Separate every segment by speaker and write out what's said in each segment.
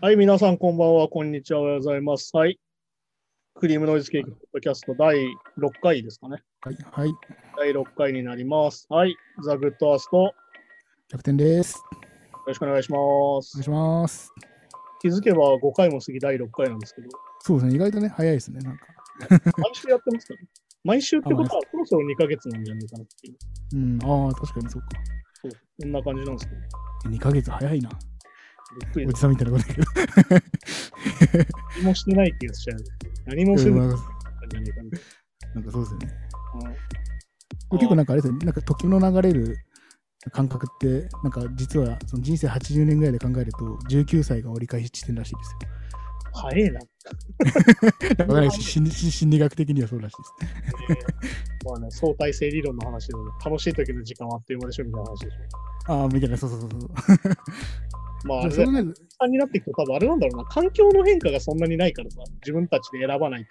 Speaker 1: はい、皆さん、こんばんは。こんにちは。おはようございます。はい。クリームノイズケーキポッドキャスト第6回ですかね。
Speaker 2: はい、はい、
Speaker 1: 第6回になります。はい。ザ・グッドアースト、よ
Speaker 2: キャプテンです。
Speaker 1: ろしくお願いしま
Speaker 2: お願い
Speaker 1: す。
Speaker 2: します。
Speaker 1: 気づけば5回も過ぎ第6回なんです けど、
Speaker 2: そうですね、意外とね、早いですね、なんか。
Speaker 1: 毎週やってますからね。毎週ってことは、そろそろ2ヶ月なんじゃないかなっていう。
Speaker 2: うん、ああ、確かにそうか。
Speaker 1: そう。こんな感じなんですけど、
Speaker 2: 2ヶ月早いな。
Speaker 1: びっくり
Speaker 2: お
Speaker 1: で
Speaker 2: じ
Speaker 1: す。
Speaker 2: さんみたいなことだ けど。
Speaker 1: 何もしてない気がしちゃう。何もせず
Speaker 2: うん
Speaker 1: に
Speaker 2: な
Speaker 1: なんっ
Speaker 2: か
Speaker 1: たんじゃないかな
Speaker 2: なんかそうですよね。
Speaker 1: うん。
Speaker 2: これ結構なんかあれですよね、なんか時の流れる感覚って、なんか実はその人生80年ぐらいで考えると、19歳が折り返し地点らしいです
Speaker 1: 早いな。
Speaker 2: よ。なんかわかんないです心理心理学的にはそうらしいです。
Speaker 1: えーまあね、相対性理論の話で、楽しい時の時間はあっという間でしょみたいな話でし
Speaker 2: ああ、みたいな、そうそうそうそう。
Speaker 1: ょ。まあ、あ
Speaker 2: じゃ
Speaker 1: れ
Speaker 2: あそ
Speaker 1: だ
Speaker 2: れなんか
Speaker 1: さんになっていくと、多分あれなんだろうな、環境の変化がそんなにないからさ、自分たちで選ばないと。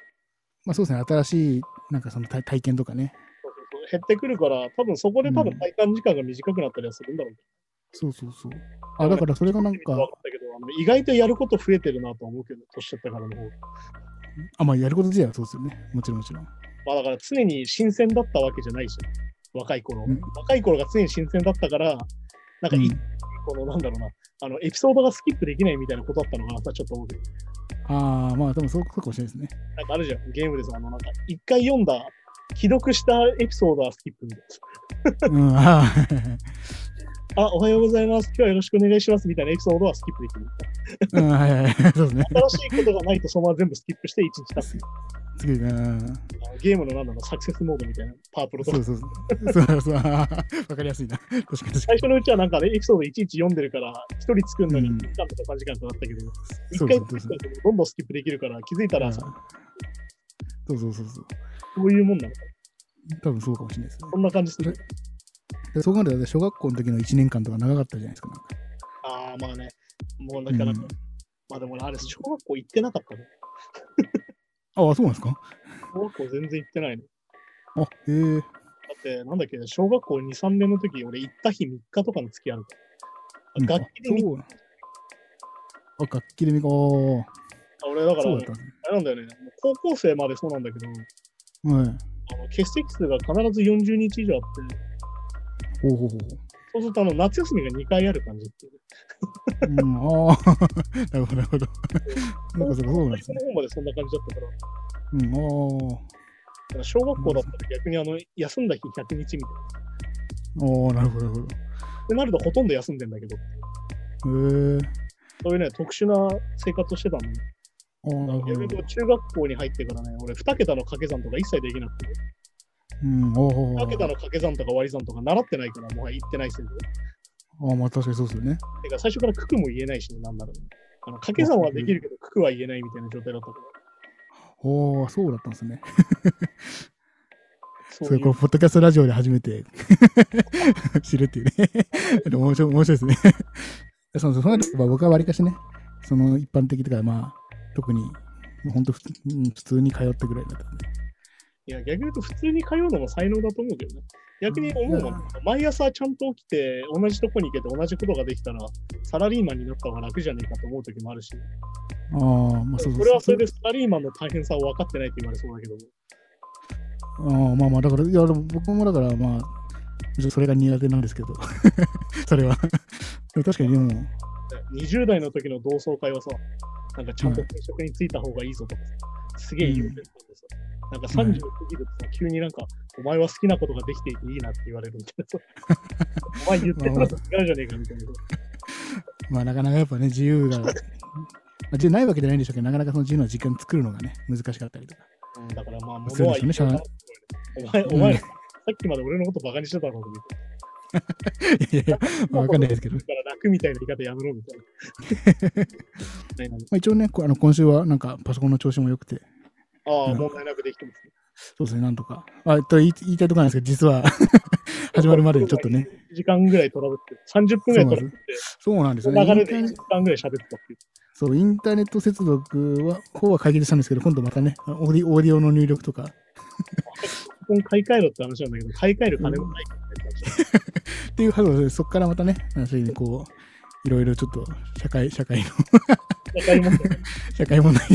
Speaker 2: まあそうですね、新しい、なんかその体体験とかね。
Speaker 1: 減ってくるから、多分そこで多
Speaker 2: う
Speaker 1: 分
Speaker 2: ん
Speaker 1: 体感時間が短くなったりはするんだろうけ
Speaker 2: そうそうそう。あ、だからそれが
Speaker 1: ど、
Speaker 2: なん
Speaker 1: 分
Speaker 2: か
Speaker 1: か、ったけどあの意外とやること増えてるなとは思うけど、年取ったからの方が。
Speaker 2: あ、まあやること自体はそうですよね。もちろんもちろん。
Speaker 1: まあだから常に新鮮だったわけじゃないし、若い頃。
Speaker 2: うん
Speaker 1: 若い頃が常に新鮮だったから、なんか
Speaker 2: う
Speaker 1: い、
Speaker 2: ん
Speaker 1: このなんだろうな、あのエピソードがスキップできないみたいなことだったのかなとはちょっと思うけど。
Speaker 2: ああ、まあ、でもそうそうかもし れないですね。
Speaker 1: なんかあるじゃん、ゲームでさ、あの、なんか、一回読んだ、既読したエピソードはスキップみたい
Speaker 2: うん、あー
Speaker 1: な。あ、おはようございます。今日はよろしくお願いします。みたいなエピソードはスキップできる。
Speaker 2: うん、はいはいはい、そうですね。
Speaker 1: 新しいことがないと、そのまま全部スキップして、1日経つ。
Speaker 2: す次、うん、
Speaker 1: あのゲームのなんだろう、サクセスモードみたいな、パープルと
Speaker 2: そ
Speaker 1: か
Speaker 2: う。そうそう。そうそう。あーわかりやすいな。確かに確か
Speaker 1: 最初のうちはなんかね、エピソードいちいち読んでるから、1人作るのに
Speaker 2: うん
Speaker 1: 1時間とか3時間とかだったけど、
Speaker 2: に。そ
Speaker 1: 一
Speaker 2: うそ
Speaker 1: 回
Speaker 2: うそ
Speaker 1: 作
Speaker 2: う
Speaker 1: っ
Speaker 2: そう。
Speaker 1: たらどんどんスキップできるから、気づいた
Speaker 2: う
Speaker 1: ら
Speaker 2: ん
Speaker 1: さ、
Speaker 2: そうそうそうそう。
Speaker 1: そういうもんなのかな。
Speaker 2: 多分そうかもしれないですね
Speaker 1: そんな感じする。
Speaker 2: で。そう考えると、私小学校の時の1年間とか長かったじゃないですか。
Speaker 1: ああ、まあね。もうな
Speaker 2: なん
Speaker 1: かな
Speaker 2: かうん
Speaker 1: か、まあでもねあれ、小学校行ってなかったね。
Speaker 2: ああ、そうなんですか
Speaker 1: 小学校全然行ってないね。
Speaker 2: あ、へえ。
Speaker 1: だって、なんだっけ、小学校2、3年の時、俺行った日3日とかの月あるから。
Speaker 2: うん
Speaker 1: 楽器で見
Speaker 2: あそうなあ、楽器で見か。あー
Speaker 1: た、俺だか
Speaker 2: そ
Speaker 1: ら、
Speaker 2: う
Speaker 1: あれ
Speaker 2: だったんですね。
Speaker 1: なんだよね、もう高校生までそうなんだけど、
Speaker 2: はい。
Speaker 1: あの欠席数が必ず40日以上あって、
Speaker 2: ほうほうほうほう。
Speaker 1: そうするとあの夏休みが2回ある感じっていう。
Speaker 2: うん、ああ、 なるほど、なるほど。なんかそうかそうなんです
Speaker 1: そ
Speaker 2: ね。
Speaker 1: の方までそんな感じだったから、だ
Speaker 2: うん、あ
Speaker 1: から小学校だったら逆にあの休んだ日100日みたいな。
Speaker 2: あ、ああ、なるほど、なるほど。
Speaker 1: ってなるとほとんど休んでんだけど、
Speaker 2: へえ。
Speaker 1: そういうね、特殊な生活をしてたんで、
Speaker 2: ああ、なるほ
Speaker 1: 逆に
Speaker 2: ど
Speaker 1: 言うと。中学校に入ってからね、俺2桁の掛け算とか一切できなくて、
Speaker 2: うん、ああ
Speaker 1: 2桁の掛け算とか割り算とか習ってないから、もはや行ってないせいで。
Speaker 2: ああ、まあ確かにそうですよね。
Speaker 1: てか最初から九九も言えないしね、なんならね。あの掛け算はできるけど、九九は言えないみたいな状態だったから。
Speaker 2: ああ、そうだったんですね。
Speaker 1: そ
Speaker 2: そうれ、
Speaker 1: い
Speaker 2: こ
Speaker 1: う
Speaker 2: れ、ポッドキャストラジオで初めて 知るっていうね。 でも面白い、面白いですね。 そうそう、その時は僕はわりかしね、その一般的とか、まあ、特に、本当普通うん普通に通ったぐらいだったんで。
Speaker 1: いや、逆に言うと、普通に通うのも才能だと思うけどね。逆に思うもん、
Speaker 2: うん
Speaker 1: 毎朝ちゃんと起きて、同じとこに行けて、同じことができたら、サラリーマンになった方が楽じゃねえかと思う時もあるし、
Speaker 2: ああ、まあそうそうう。
Speaker 1: それはそれでサラリーマンの大変さを分かってないって言われそうだけども、
Speaker 2: ああまあまあ、だから、いや、でも僕もだから、まあ、ちょっとそれが苦手なんですけど、 それは。でも確かに、でも、
Speaker 1: 20代の時の同窓会はさ、なんかちゃんと転職に就いた方がいいぞとかさ、すげえ言うてたんでさ、なんか30過ぎるとさ、急になんか、お前は好きなことができていていいなって言われるみたいなさ、お前言ってたら違うじゃねえかみたいな。
Speaker 2: まあ、なかなかやっぱね、自由が、まあ自由ないわけじゃないんでしょうけど、なかなかその自由の時間作るのがね、難しかったりとか。
Speaker 1: だからまあ、
Speaker 2: そ
Speaker 1: 物
Speaker 2: う
Speaker 1: は
Speaker 2: です
Speaker 1: 言
Speaker 2: よね
Speaker 1: うよなお前、お前、
Speaker 2: うん
Speaker 1: さっきまで俺のことバカにしてたのみたい
Speaker 2: いやいや、 まあわかんないですけど、ま
Speaker 1: な。だから楽みたいな言い方やめろみたいな。ないない
Speaker 2: あ、一応ね、こうあの今週はなんかパソコンの調子も良くて、
Speaker 1: ああ、
Speaker 2: うん
Speaker 1: 問題なくできてますね。
Speaker 2: そうですね、なんとか。あと言い言いたいところなんですけど、実は 始まるまでにちょっとね、
Speaker 1: 1時間ぐらいトラブって、30分ぐらいトラブって、
Speaker 2: そうなんです
Speaker 1: そ
Speaker 2: よね。
Speaker 1: の
Speaker 2: イ
Speaker 1: 流れ
Speaker 2: ン
Speaker 1: で1
Speaker 2: ターネ
Speaker 1: 時間ぐらい喋ってたっていう。
Speaker 2: そう、インターネット接続は、こうは解決したんですけど、今度またね、オーディオーディオの入力とか、
Speaker 1: パソコン買い替えろって話なんだけど、買い替える金もないからね
Speaker 2: っていう話で、そこからまたね、話にこう、いろいろちょっと、社会、社会の、
Speaker 1: わかりますよ。
Speaker 2: 社会問題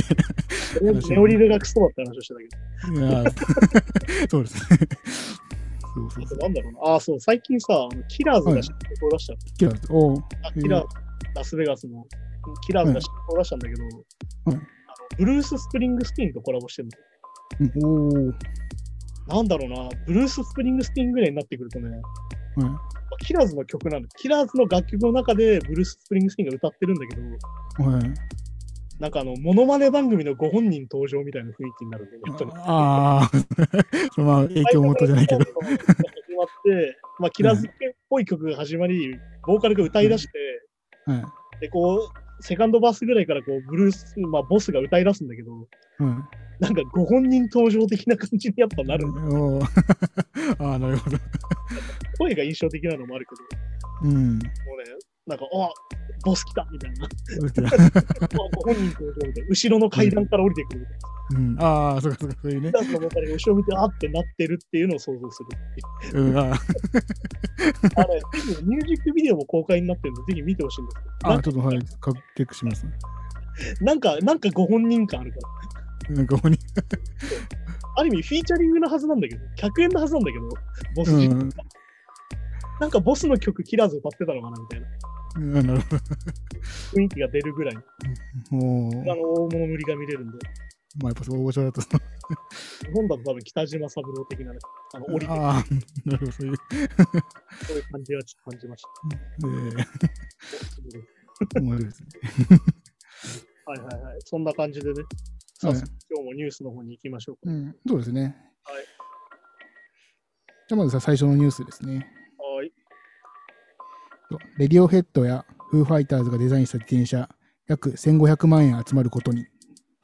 Speaker 2: で。
Speaker 1: ネオリルがクソだって話をしてたけ
Speaker 2: いやーそうですね。そうそ
Speaker 1: ど、あと
Speaker 2: うそう。
Speaker 1: なんだろうな。ああ、そう、最近さ、あのキラーズが新曲を出したの。
Speaker 2: キラーズ。おー
Speaker 1: あキラーズ、ラスベガスのキラーズが新曲を出したんだけど、
Speaker 2: うん
Speaker 1: あのブルース・スプリングスティーンとコラボしてるの。
Speaker 2: うんおー
Speaker 1: なんだろうな、ブルース・スプリングスティーンぐらいになってくるとね、ま
Speaker 2: は
Speaker 1: あキラーズの曲なの。キラーズの楽曲の中でブルース・スプリングスティーンが歌ってるんだけど、
Speaker 2: い。はい。
Speaker 1: なんかあの、モノマネ番組のご本人登場みたいな雰囲気になるんで、やっぱり。
Speaker 2: ああ、その まあ影響元じゃないけど。
Speaker 1: 始まって、まあ、キラーズっぽい曲が始まり、ボーカルが歌い出して、
Speaker 2: はい。
Speaker 1: で、こう、セカンドバースぐらいから、こう、ブルース、まあ、ボスが歌い出すんだけど、
Speaker 2: は。
Speaker 1: なんかご本人登場的な感じにやっぱないる。
Speaker 2: おー ああ、なるほど。
Speaker 1: 声が印象的なのもあるけ
Speaker 2: うん。
Speaker 1: ど、もうね、なんか、あボス来たみたいな。
Speaker 2: そうですね
Speaker 1: あご本人登場みたいな。後ろの階段から降りてくるみたいな。
Speaker 2: うん、ああ、そうかそうか、そういうね
Speaker 1: キ。ラーズのボーカルが後ろ見て、あってなってるっていうのを想像する。
Speaker 2: うん、あー
Speaker 1: あれ、ぜひミュージックビデオも公開になってるんで、ぜひ見てほしいんですけど、
Speaker 2: あ
Speaker 1: な
Speaker 2: ー、
Speaker 1: ん
Speaker 2: ちょっと、はい、かチェックします。
Speaker 1: なんか、なんかご本人感あるから。
Speaker 2: なんか、ここに、
Speaker 1: ある意味フィーチャリングのはずなんだけど、100円のはずなんだけど、ボス、
Speaker 2: うん、
Speaker 1: なんかボスの曲切らず歌ってたのかなみたいな
Speaker 2: うんなるほ
Speaker 1: 雰囲気が出るぐらい、
Speaker 2: ど。もう、
Speaker 1: あの大物無理が見れるんで、
Speaker 2: まあ、やっぱそう、大御所だと、
Speaker 1: 日本だと多分北島三郎的なね、あの降りて
Speaker 2: ああ、なるほど、そういう。
Speaker 1: そういう感じはちょっと感じまし
Speaker 2: え
Speaker 1: た。
Speaker 2: え、面白いですね。
Speaker 1: はいはいはい、そんな感じでね、さあ、
Speaker 2: はい
Speaker 1: 今日もニュースの方に行きましょうか。
Speaker 2: うん、そうですね。
Speaker 1: はい。
Speaker 2: じゃあ、まずさ、最初のニュースですね。
Speaker 1: はーい、
Speaker 2: とレディオヘッドやフーファイターズがデザインした自転車、約1500万円集まることに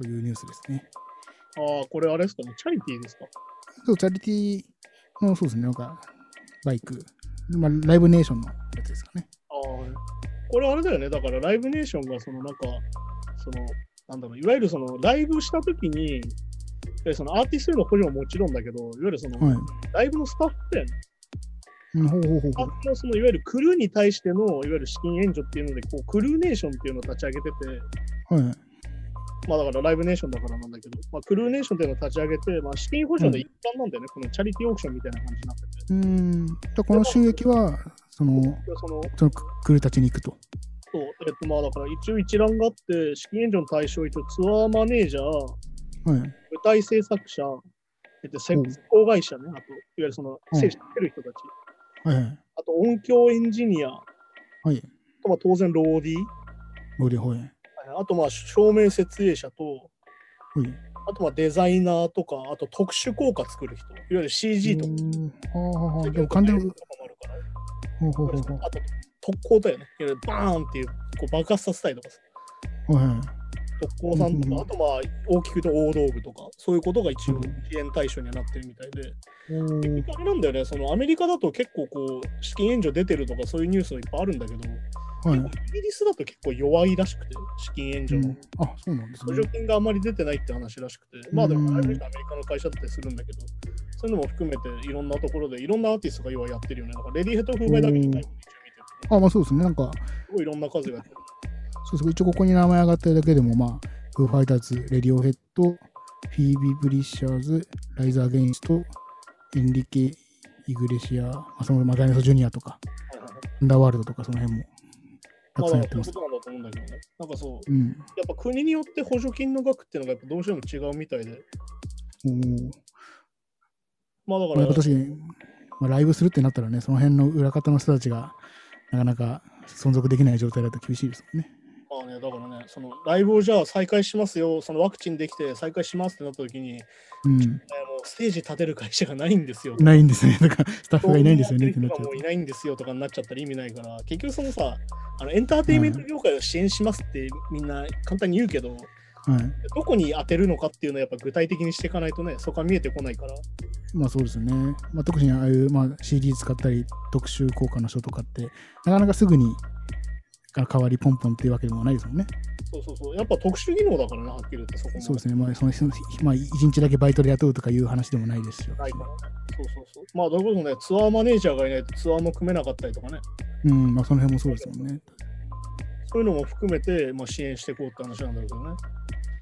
Speaker 2: というニュースですね。
Speaker 1: ああ、これあれですかね、チャリティーですか
Speaker 2: そう、チャリティーの、そうですね、なんか、バイク、まあ、ライブネーションのやつですかね。
Speaker 1: ああ、これあれだよね、だからライブネーションがそのなんか、その、なんだろう、いわゆるそのライブしたときに、でそのアーティストへの補助ももちろんだけど、いわゆるその、
Speaker 2: はい。
Speaker 1: ライブのスタッフだよね。
Speaker 2: うん、ほうほうほう
Speaker 1: スタ
Speaker 2: ほ
Speaker 1: ッフのそのいわゆるクルーに対してのいわゆる資金援助っていうので、こうクルーネーションっていうのを立ち上げてて、
Speaker 2: う。はい。
Speaker 1: まあだからライブネーションだからなんだけど、まあ、クルーネーションっていうのを立ち上げて、まあ、資金補助で一般なんだよね、このチャリティーオークションみたいな感じになってて、
Speaker 2: うーん、とこの収益は、その、
Speaker 1: その
Speaker 2: そのククルーたちに行くと。
Speaker 1: そうえっと、まあだから一応一覧があって、資金援助の対象、一応ツアーマネージャー、
Speaker 2: はい。
Speaker 1: 舞台制作者、えっと、施
Speaker 2: うん
Speaker 1: 工会社ね、あと、いわゆるその、
Speaker 2: うん
Speaker 1: 制作してる人たち、
Speaker 2: はいはい。
Speaker 1: あと音響エンジニア、あ
Speaker 2: はい。
Speaker 1: とまあ当然ローディー、
Speaker 2: ローディーホイ。はい。
Speaker 1: あとまあ照明設営者と、
Speaker 2: はい
Speaker 1: あとまあデザイナーとか、あと特殊効果作る人、いわゆる CG とか。
Speaker 2: うんはあはあはあ。でも完全に、
Speaker 1: とかもあるから
Speaker 2: ほうほうほう
Speaker 1: あと特攻だよね。いわゆるバーンっていうこう爆発させたりとかする
Speaker 2: ほう。はいはい。
Speaker 1: 特攻さんと
Speaker 2: うん
Speaker 1: か、あとまあ大きく言うと大道具とか、そういうことが一応
Speaker 2: うん
Speaker 1: 支援対象にはなってるみたいで。
Speaker 2: おー
Speaker 1: あれなんだよね、そのアメリカだと結構こう資金援助出てるとかそういうニュースがいっぱいあるんだけど、
Speaker 2: はい。
Speaker 1: イギリスだと結構弱いらしくて、資金援助
Speaker 2: う
Speaker 1: の
Speaker 2: ん。あ、そうなんです
Speaker 1: 補
Speaker 2: ね
Speaker 1: 助。金があんまり出てないって話らしくて、まあで
Speaker 2: う
Speaker 1: も
Speaker 2: ん
Speaker 1: あれだけアメリカの会社だってするんだけど、そういうのも含めていろんなところでいろんなアーティストが要はやってるよね。なんかレディーヘッド風合いだけじゃないもんね一応見てると
Speaker 2: あ、まあそうですね。なんか、
Speaker 1: すごいいろんな数がやってる。
Speaker 2: そうそう一応ここに名前上がってるだけでも、まあ、フーファイターズ、レディオヘッド、フィービー・ブリッシャーズ、ライザー・ゲインスト、エンリケ・イグレシア、まあ、そのマダネソ・ジュニアとか、アンダーワールドとかその辺も、
Speaker 1: ま
Speaker 2: たく
Speaker 1: あ
Speaker 2: さん
Speaker 1: だか
Speaker 2: やって
Speaker 1: ら
Speaker 2: ま
Speaker 1: そう
Speaker 2: す
Speaker 1: いう。ことなんだと思うんだけどね。なんかそう、や
Speaker 2: うん。
Speaker 1: っぱ国によって補助金の額っていうのがやっぱどうしても違うみたいで、
Speaker 2: おー
Speaker 1: まあだか
Speaker 2: まあ、や
Speaker 1: ら
Speaker 2: っぱ、確かに、まあ、ライブするってなったらね、その辺の裏方の人たちが、なかなか存続できない状態だと厳しいですもんね。
Speaker 1: まあね、だからね、そのライブをじゃあ再開しますよ、そのワクチンできて再開しますってなった時に、
Speaker 2: うん。
Speaker 1: えーもうステージ立てる会社がないんですよ。
Speaker 2: ないんですね。だから、スタッフがいないんですよねってなっちゃう
Speaker 1: もういないんですよとかになっちゃったら意味ないから、結局そのさ、あのエンターテインメント業界を支援しますってみんな簡単に言うけど、
Speaker 2: と。はい。
Speaker 1: どこに当てるのかっていうのはやっぱ具体的にしていかないとね、そこは見えてこないから。
Speaker 2: まあそうですよね。まあ、特にああいう、まあ、CD 使ったり特集効果の書とかって、なかなかすぐにが代わりポンポンっていうわけでもないですもんね。
Speaker 1: そうそうそう。やっぱ特殊技能だからな、はっきり言ってそこも。
Speaker 2: そうですね。まあ、そのそのまあ、1日だけバイトで雇うとかいう話でもないですよ。
Speaker 1: ないからね。そうそうそう。まあ、どういうことね、ツアーマネージャーがいないとツアーも組めなかったりとかね、
Speaker 2: うん、まあその辺もそうですもんね。
Speaker 1: そういうのも含めて、まあ、支援していこうって話なんだろうけどね。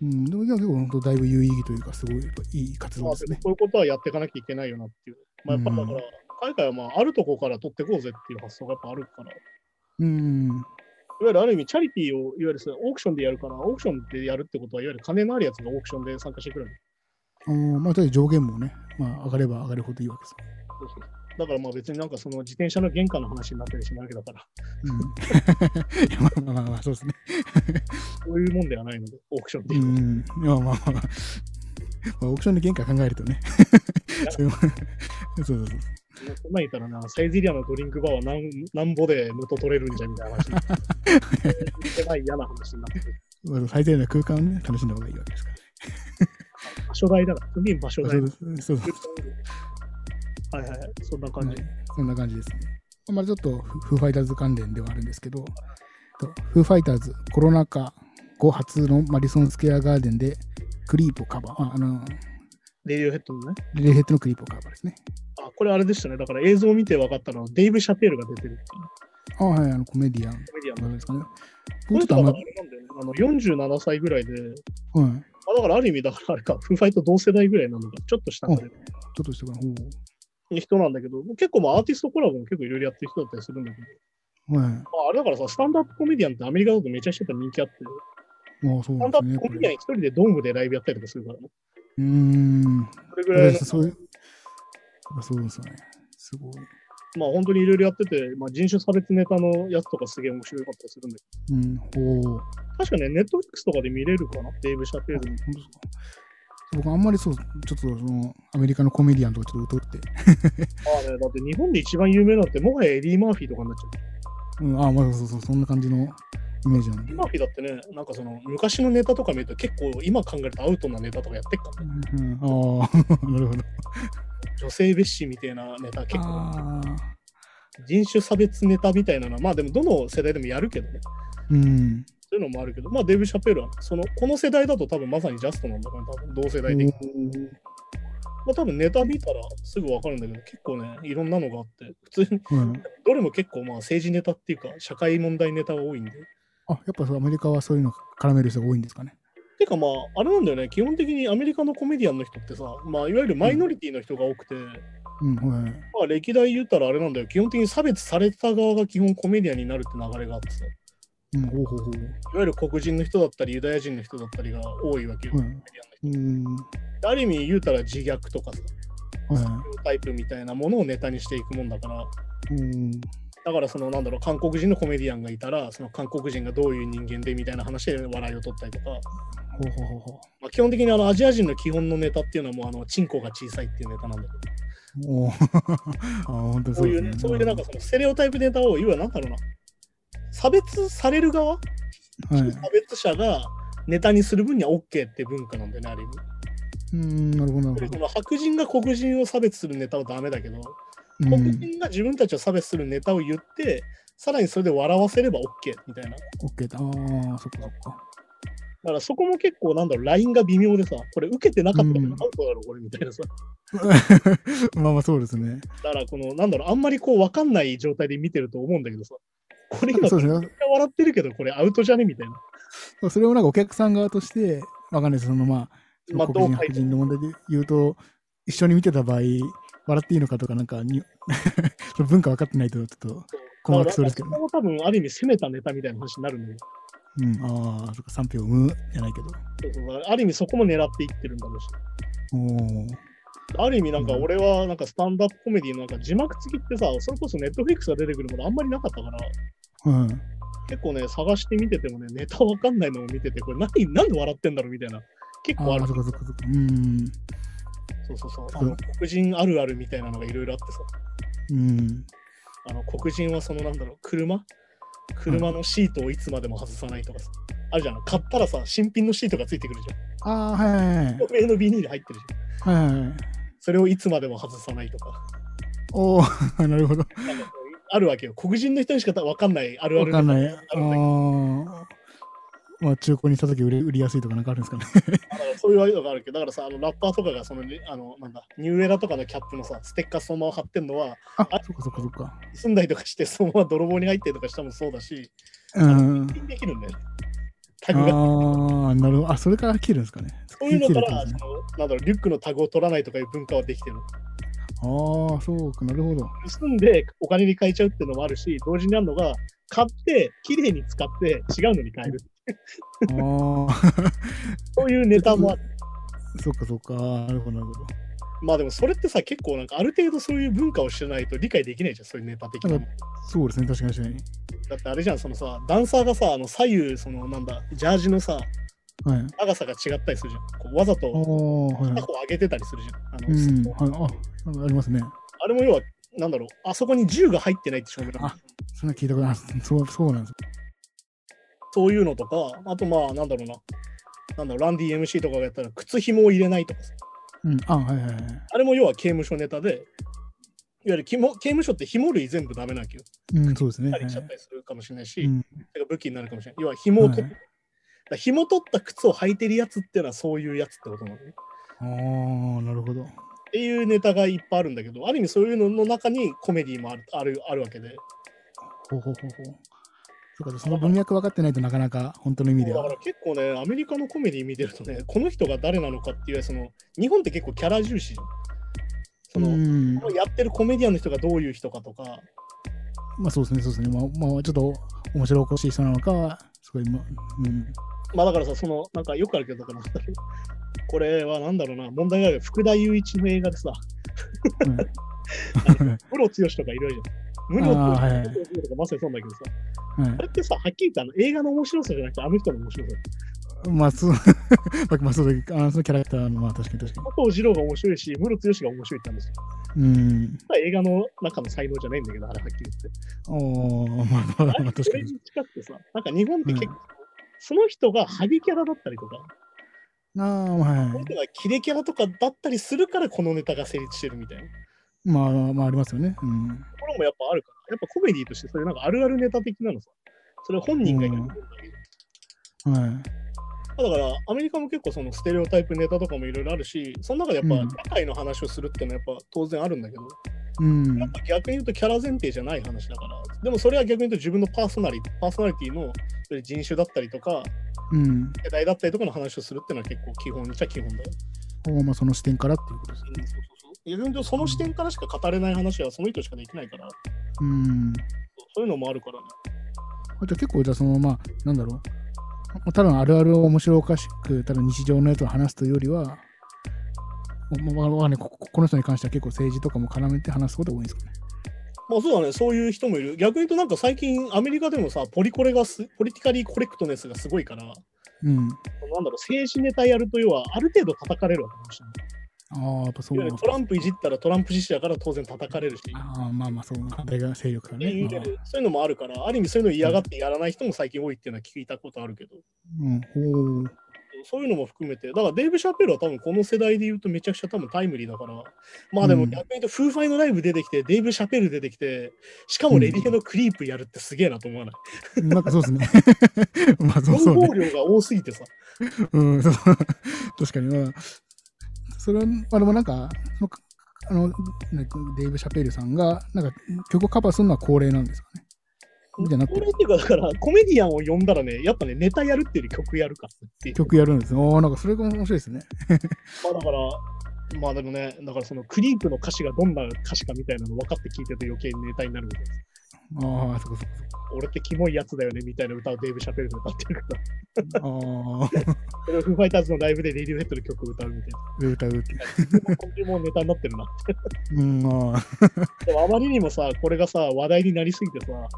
Speaker 2: うん、でも今結構本当だいぶ有意義というか、すごいいい活動
Speaker 1: まあ、
Speaker 2: で
Speaker 1: こ
Speaker 2: すね。
Speaker 1: ういうことはやっていかなきゃいけないよなっていう。まあ、やっぱだから、
Speaker 2: うん
Speaker 1: 海外はまあ、あるとこから取ってこうぜっていう発想がやっぱあるから、い
Speaker 2: うん、
Speaker 1: わゆるある意味、チャリティーを、いわゆるそのオークションでやるから、オークションでやるってことは、いわゆる金のあるやつがオークションで参加してくれる。
Speaker 2: あーまあ、とりあえず上限もね、まあ、上がれば上がるほどいいわけです。
Speaker 1: だからまあ別になんかその自転車の玄関の話になったりしないわけだから、
Speaker 2: うん、い やまあまあまあまあ、そうですね。
Speaker 1: そういうもんではないので、オークションって
Speaker 2: う
Speaker 1: いうのは。
Speaker 2: ん、いやまあまあまあ、まあ、オークションの原価考えるとね、そういうそうそうそう。
Speaker 1: そんなん言ったらな、サイゼリアのドリンクバーはなんなんぼで元取れるんじゃみたいな 話。えらい嫌な話になってくる。
Speaker 2: まあ、最低限の空間をね、楽しんだ方がいいわけですから。
Speaker 1: 場所代だから、海場所
Speaker 2: そ
Speaker 1: 代
Speaker 2: う。ですそうそう
Speaker 1: はいはいはい、そんな感じ。
Speaker 2: はいそんな感じですね。まあ、ちょっとフフーファイターズ関連ではあるんですけど、とフーファイターズコロナ禍後初のマリソンスケアガーデンでクリープをカバー、ああの、
Speaker 1: レディオヘッドのね。
Speaker 2: リレーヘッドのクリープをカバーですね。
Speaker 1: あ、これあれでしたね。だから映像を見て分かったのは、デイブ・シャペールが出てるっていう
Speaker 2: あはい、あのコメディアン
Speaker 1: コメディアン
Speaker 2: な
Speaker 1: の
Speaker 2: んですかね。
Speaker 1: こ
Speaker 2: もうち
Speaker 1: の
Speaker 2: ょ
Speaker 1: 人だ
Speaker 2: っとあ
Speaker 1: か
Speaker 2: んま
Speaker 1: らあ、れなんだよね。あの47歳ぐらいで、
Speaker 2: うん、ち
Speaker 1: あだからある意味、だからあれか、フーファイと同世代ぐらいなのか、ちょっと下かで
Speaker 2: ょっとしたから、ほ
Speaker 1: 人なんだけど、結構まあアーティストコラボも結構いろいろやってる人だったりするんだけど、
Speaker 2: う。はい。あ
Speaker 1: まあ、あれだからさ、スタンダップコメディアンってアメリカだとめちゃくちゃやっぱ人気あって、
Speaker 2: あ、そう
Speaker 1: ス
Speaker 2: な
Speaker 1: タン
Speaker 2: ん
Speaker 1: ダ
Speaker 2: で
Speaker 1: ップ
Speaker 2: すね。
Speaker 1: コ
Speaker 2: こ
Speaker 1: メディアン
Speaker 2: れ
Speaker 1: 一人でドームでライブやったりとかするからね。
Speaker 2: うーん。
Speaker 1: それぐらいの、
Speaker 2: そういう。やっぱそうですよね。すごい。
Speaker 1: まあ本当にいろいろやってて、まあ、人種差別ネタのやつとかすげえ面白かったりするんだけ
Speaker 2: うん、ほう。
Speaker 1: ど、確かね、ネットフリックスとかで見れるかな、デイブ・シャペールの。
Speaker 2: 本当ですか僕、あんまりそう、ちょっとその、アメリカのコメディアンとかちょっと疎くて、
Speaker 1: ああね、だって日本で一番有名なのって、もはやエディ・マーフィーとかになっちゃう。
Speaker 2: うん、あ、まあ、そうそう、そんな感じのイメージなん
Speaker 1: エ
Speaker 2: で
Speaker 1: ディ・。マーフィーだってね、なんかその昔のネタとか見ると結構今考えるとアウトなネタとかやってっからね。
Speaker 2: うん、ああ、なるほど。
Speaker 1: 女性蔑視みたいなネタ結構。
Speaker 2: ああ、
Speaker 1: 人種差別ネタみたいなのは、まあでもどの世代でもやるけどね、
Speaker 2: うん。
Speaker 1: そういうのもあるけど、まあデイブ・シャペールは、その、この世代だと多分まさにジャストなんだから、多分同世代的に。まあ多分ネタ見たらすぐわかるんだけど、結構ね、いろんなのがあって、普通に、
Speaker 2: うん
Speaker 1: どれも結構まあ政治ネタっていうか、社会問題ネタが多いんで。
Speaker 2: あ、やっぱそう、アメリカはそういうの絡める人が多いんですかね。
Speaker 1: てかまあ、あれなんだよね、基本的にアメリカのコメディアンの人ってさ、まあいわゆるマイノリティの人が多くて、
Speaker 2: うん、は
Speaker 1: ま
Speaker 2: い。
Speaker 1: あ歴代言ったらあれなんだよ、基本的に差別された側が基本コメディアンになるって流れがあってさ、い
Speaker 2: うん、ほうほうほう。
Speaker 1: わゆる黒人の人だったり、ユダヤ人の人だったりが多いわけよ。
Speaker 2: うん
Speaker 1: コメディアンの人
Speaker 2: うん、
Speaker 1: ある意味言うたら自虐とかさ、
Speaker 2: は
Speaker 1: タイプみたいなものをネタにしていくもんだから、
Speaker 2: い。うん。
Speaker 1: だからそのなんだろう、韓国人のコメディアンがいたら、その韓国人がどういう人間でみたいな話で笑いを取ったりとか、
Speaker 2: ほうほうほうほ
Speaker 1: まあ、基本的にあのアジア人の基本のネタっていうのはもうあの、チンコが小さいっていうネタなんだけど、
Speaker 2: う。おお。あ、本当に
Speaker 1: そういう
Speaker 2: で
Speaker 1: ね、
Speaker 2: す
Speaker 1: そういうなんかそのステレオタイプネタを、いわゆるなんだろうな、差別される側、
Speaker 2: はい。
Speaker 1: 差別者がネタにする分には OK って文化なんだよね、ある意味。
Speaker 2: うん、なるほど、な
Speaker 1: そ
Speaker 2: る
Speaker 1: れ
Speaker 2: ほ
Speaker 1: そ
Speaker 2: ど。
Speaker 1: の白人が黒人を差別するネタはダメだけど、
Speaker 2: う
Speaker 1: 黒
Speaker 2: ん、
Speaker 1: 人が自分たちを差別するネタを言って、さらにそれで笑わせれば OK みたいな。
Speaker 2: オッケーだ。ああ、そっかそっか。
Speaker 1: だからそこも結構なんだろう、ラインが微妙でさ、これ受けてなかったらア
Speaker 2: う
Speaker 1: ウト
Speaker 2: ん
Speaker 1: だろ、これみたいなさ。
Speaker 2: まあまあそうですね。
Speaker 1: だからこの、なんだろう、あんまりこう分かんない状態で見てると思うんだけどさ、これ今
Speaker 2: そ
Speaker 1: め
Speaker 2: う
Speaker 1: っち
Speaker 2: ですね。
Speaker 1: ゃ笑ってるけど、これアウトじゃねみたいな。
Speaker 2: それをなんかお客さん側として、わかんないです。そのま
Speaker 1: ま
Speaker 2: あ、
Speaker 1: あ
Speaker 2: 黒人
Speaker 1: どう書いて
Speaker 2: 白人の問題で言うと、一緒に見てた場合、笑っていいのかとか、なんかに、その文化分かってないと、ちょっと困惑しそうですけど
Speaker 1: だ
Speaker 2: ね。
Speaker 1: からそこも多分ある意味攻めたネタみたいな話になるんだけど
Speaker 2: うん、ああ、そっか、賛否を生むじゃないけど。
Speaker 1: そうそうだからある意味そこも狙っていってるんだろうし。
Speaker 2: おお。
Speaker 1: ある意味なんか
Speaker 2: うん
Speaker 1: 俺はなんかスタンダップコメディのなんか字幕付きってさ、それこそネットフリックスが出てくるものあんまりなかったから、
Speaker 2: うん。
Speaker 1: 結構ね、探して見ててもね、ネタわかんないのを見てて、これ何、なんで笑ってんだろうみたいな、結
Speaker 2: あ
Speaker 1: 構あ
Speaker 2: あ
Speaker 1: る
Speaker 2: ー、そっ。かそっかそっか。うん。
Speaker 1: そうそうそう。
Speaker 2: そう
Speaker 1: あの黒人あるあるみたいなのがいろいろあってさ、
Speaker 2: うん。
Speaker 1: あの黒人はそのなんだろう、車車のシートをいつまでも外さないとかさ、あるじゃん。買ったらさ、新品のシートがついてくるじゃ
Speaker 2: ああ、はいはいはい
Speaker 1: ん。。透明のビニール入ってるじゃん。
Speaker 2: はいはいはい。
Speaker 1: それをいつまでも外さないとか、
Speaker 2: おお、 なるほど。
Speaker 1: なんかこうあるわけよ。黒人の人にしかわかんないあるあ
Speaker 2: わ
Speaker 1: る
Speaker 2: かんない。
Speaker 1: あ
Speaker 2: ああ
Speaker 1: るんだけど
Speaker 2: ー。まあ、中古にしたとき売れ売りやすいとかなんかあるんです かね。
Speaker 1: だからそういうのがあるけど、だからさ、あのラッパーとかがその、ね、あの、なんだ、ニューエラとかのキャップのさ、ステッカーそのまま貼ってんのは、
Speaker 2: あ、そっかそっかそっか。
Speaker 1: 住んだりとかして、そのまま泥棒に入ってとかしたもそうだし、
Speaker 2: うん。
Speaker 1: できるんだよね。タグが。
Speaker 2: ああ、なるほど。あ、それから切るんですかね。
Speaker 1: そういうのか
Speaker 2: 切れ
Speaker 1: ら、
Speaker 2: て
Speaker 1: そ
Speaker 2: るんで
Speaker 1: のなんだろう、リュックのタグを取らないとかいう文化はできてる。
Speaker 2: すねああ、そうか、なるほど。
Speaker 1: 盗んでお金に変えちゃうっていうのもあるし、同時にあるのが、買って、綺麗に使って、違うのに変える。
Speaker 2: ああ、
Speaker 1: そういうネタもある。
Speaker 2: そっかそっか。なるほど、なるほど。
Speaker 1: まあでもそれってさ、結構なんかある程度そういう文化をしてないと理解できないじゃん、そういうネタ的なもの。
Speaker 2: そうですね、確かに確かに。
Speaker 1: だってあれじゃん、そのさ、ダンサーがさ、あの左右、そのなんだ、ジャージのさ、
Speaker 2: はい。
Speaker 1: 長さが違ったりするじゃん。こうわざと
Speaker 2: ああ、はいは
Speaker 1: 片
Speaker 2: い。
Speaker 1: 方上げてたりするじゃん。あの
Speaker 2: うん、はい。あ、なんかありますね。
Speaker 1: あれも要は、なんだろう、あそこに銃が入ってないって証明なんだ
Speaker 2: あそんな聞いたことない。そう、そうなんです。
Speaker 1: そういうのとか、あとまあ、なんだろうな、なんだろう、ランディ MC とかがやったら、靴紐を入れないとかさ。
Speaker 2: うん、あ、はいはいはい。
Speaker 1: あれも要は刑務所ネタで、いわゆる肝刑務所って紐類全部ダメなわけよ。
Speaker 2: うん、そうですね。
Speaker 1: た
Speaker 2: はい
Speaker 1: りしちゃったりするかもしれないし、
Speaker 2: うん、
Speaker 1: だから武器になるかもしれない。要は紐を取っ
Speaker 2: はい
Speaker 1: だから紐取った靴を履いてるやつっていうのはそういうやつってことなのね。
Speaker 2: ああ、なるほど。
Speaker 1: っていうネタがいっぱいあるんだけど、ある意味そういうのの中にコメディもあるあるあるわけで。
Speaker 2: ほうほうほうほう。そうか、その文脈分かってないとなかなか本当の意味で
Speaker 1: だか
Speaker 2: は
Speaker 1: ら。結構ね、アメリカのコメディ見てるとね、この人が誰なのかっていう、その日本って結構キャラ重視じゃん。その、
Speaker 2: うん、
Speaker 1: このやってるコメディアンの人がどういう人かとか、
Speaker 2: まあそうですね、そうですね。まあ、まあ、ちょっと面白おかしい人なのか、すごい、まあ、うん。
Speaker 1: まあだからさ、その、なんかよくあるけど、だから なんだろうこれはなんだろうな、問題がある福田雄一の映画でさ、ムロツヨシとかいろいろじゃん。ム ロ
Speaker 2: あーはい
Speaker 1: ムロツヨシとかまさにそうなんだけどさ、
Speaker 2: は
Speaker 1: あれってさ、はっきり言ってあの映画の面白さじゃなくて、あの人の面白さ。
Speaker 2: い、まあ、そう、 まあ、そうだあのそのキャラクターの、まあ確かに確か
Speaker 1: 加藤二郎が面白いし、ムロツヨシが面白いって話。
Speaker 2: に。うん。
Speaker 1: まあ映画の中の才能じゃないんだけど、あれはっきり言って。
Speaker 2: おー、まあ、まあ、 まあ、確
Speaker 1: そ
Speaker 2: か
Speaker 1: れ
Speaker 2: に。
Speaker 1: に近くてさ、なんか日本って結構、その人がハゲキャラだったりとか、
Speaker 2: ああ、は
Speaker 1: その人がキレキャラとかだったりするから、このネタが成立してるみたいな。
Speaker 2: い。まあ、まあ、ありますよね。うん。
Speaker 1: ところもやっぱあるから、やっぱコメディとして、それなんかあるあるネタ的なのさ、それ本人がやるんだけど、
Speaker 2: はい。
Speaker 1: だからアメリカも結構そのステレオタイプネタとかもいろいろあるし、その中でや
Speaker 2: う
Speaker 1: っ
Speaker 2: ん
Speaker 1: ぱ社会の話をするっていうのはやっぱ当然あるんだけど、
Speaker 2: うん
Speaker 1: やっ。ぱ逆に言うとキャラ前提じゃない話だから、でもそれは逆に言うと自分のパーソナリティパーソナリティの人種だったりとか、
Speaker 2: うん。
Speaker 1: 世代だったりとかの話をするっていうのは結構基本っちゃ基本だよ。
Speaker 2: おまあ、その視点からっていうことですね。
Speaker 1: 逆に言うとその視点からしか語れない話はその人しかできないから、
Speaker 2: うん。じ
Speaker 1: そういうのもあるからね。
Speaker 2: ゃあ結構、じゃあその、まあ、なんだろう。ただあるあるを面白おかしく、ただ日常のやつを話すというよりは、まあまあね、こここの人に関しては結構政治とかも絡めて話すことが多いんですかね。
Speaker 1: まあそうだね、そういう人もいる。逆に言うと、なんか最近、アメリカでもさ、ポリコレがす、ポリティカリーコレクトネスがすごいから、なんだ
Speaker 2: うん。
Speaker 1: ろう、政治ネタやると、要は、ある程度叩かれるわけかもしれない
Speaker 2: ああ、やっぱそ
Speaker 1: い
Speaker 2: う
Speaker 1: わ
Speaker 2: な
Speaker 1: ゆ
Speaker 2: の
Speaker 1: る
Speaker 2: か
Speaker 1: トランプいじったらトランプ支持だから当然叩かれるし、っ
Speaker 2: ああ、まあまあ、そう、反対が勢力だ
Speaker 1: てい
Speaker 2: ね
Speaker 1: う。そういうのもあるから、ある意味そういうの嫌がってやらない人も最近多いっていうのは聞いたことあるけど、
Speaker 2: うん、ほう。
Speaker 1: そういうのも含めて、だからデーブ・シャペルは多分この世代で言うとめちゃくちゃ多分タイムリーだから、まあで
Speaker 2: う
Speaker 1: も
Speaker 2: ん
Speaker 1: 逆に言うと、フーファイのライブ出てきて、デーブ・シャペル出てきて、しかもレディヘのクリープやるってすげえなと思わない。
Speaker 2: なんかそうですね。 まあ、そうそ
Speaker 1: 情
Speaker 2: うね
Speaker 1: 報。量が多すぎてさ。
Speaker 2: うん、そうそう確かに、まあ、それは、あれもなんか、そのあの、なんかデイブ・シャペールさんが、なんか、曲をカバーするのは恒例なんですかね。みたいになって
Speaker 1: こ
Speaker 2: る
Speaker 1: れっていうか、だから、コメディアンを呼んだらね、やっぱね、ネタやるっていうより曲やるかっていう。
Speaker 2: 曲やるんですね。おーなんかそれが面白いですね。
Speaker 1: まあだから、まあでもね、だからそのクリープの歌詞がどんな歌詞かみたいなの分かって聞いてると余計にネタになるみたいな。
Speaker 2: ああ、そこそこ
Speaker 1: 俺ってキモいやつだよねみたいな歌をデーブ・シャペルで歌ってるから。
Speaker 2: そこ。ああ、
Speaker 1: それをフーファイターズのライブでレディー・ヘッドの曲を歌うみたいな。
Speaker 2: 歌うっていう。
Speaker 1: これもネタになってるなっ
Speaker 2: うん、あ
Speaker 1: て。でもあまりにもさ、これがさ、話題になりすぎてさ、
Speaker 2: あ、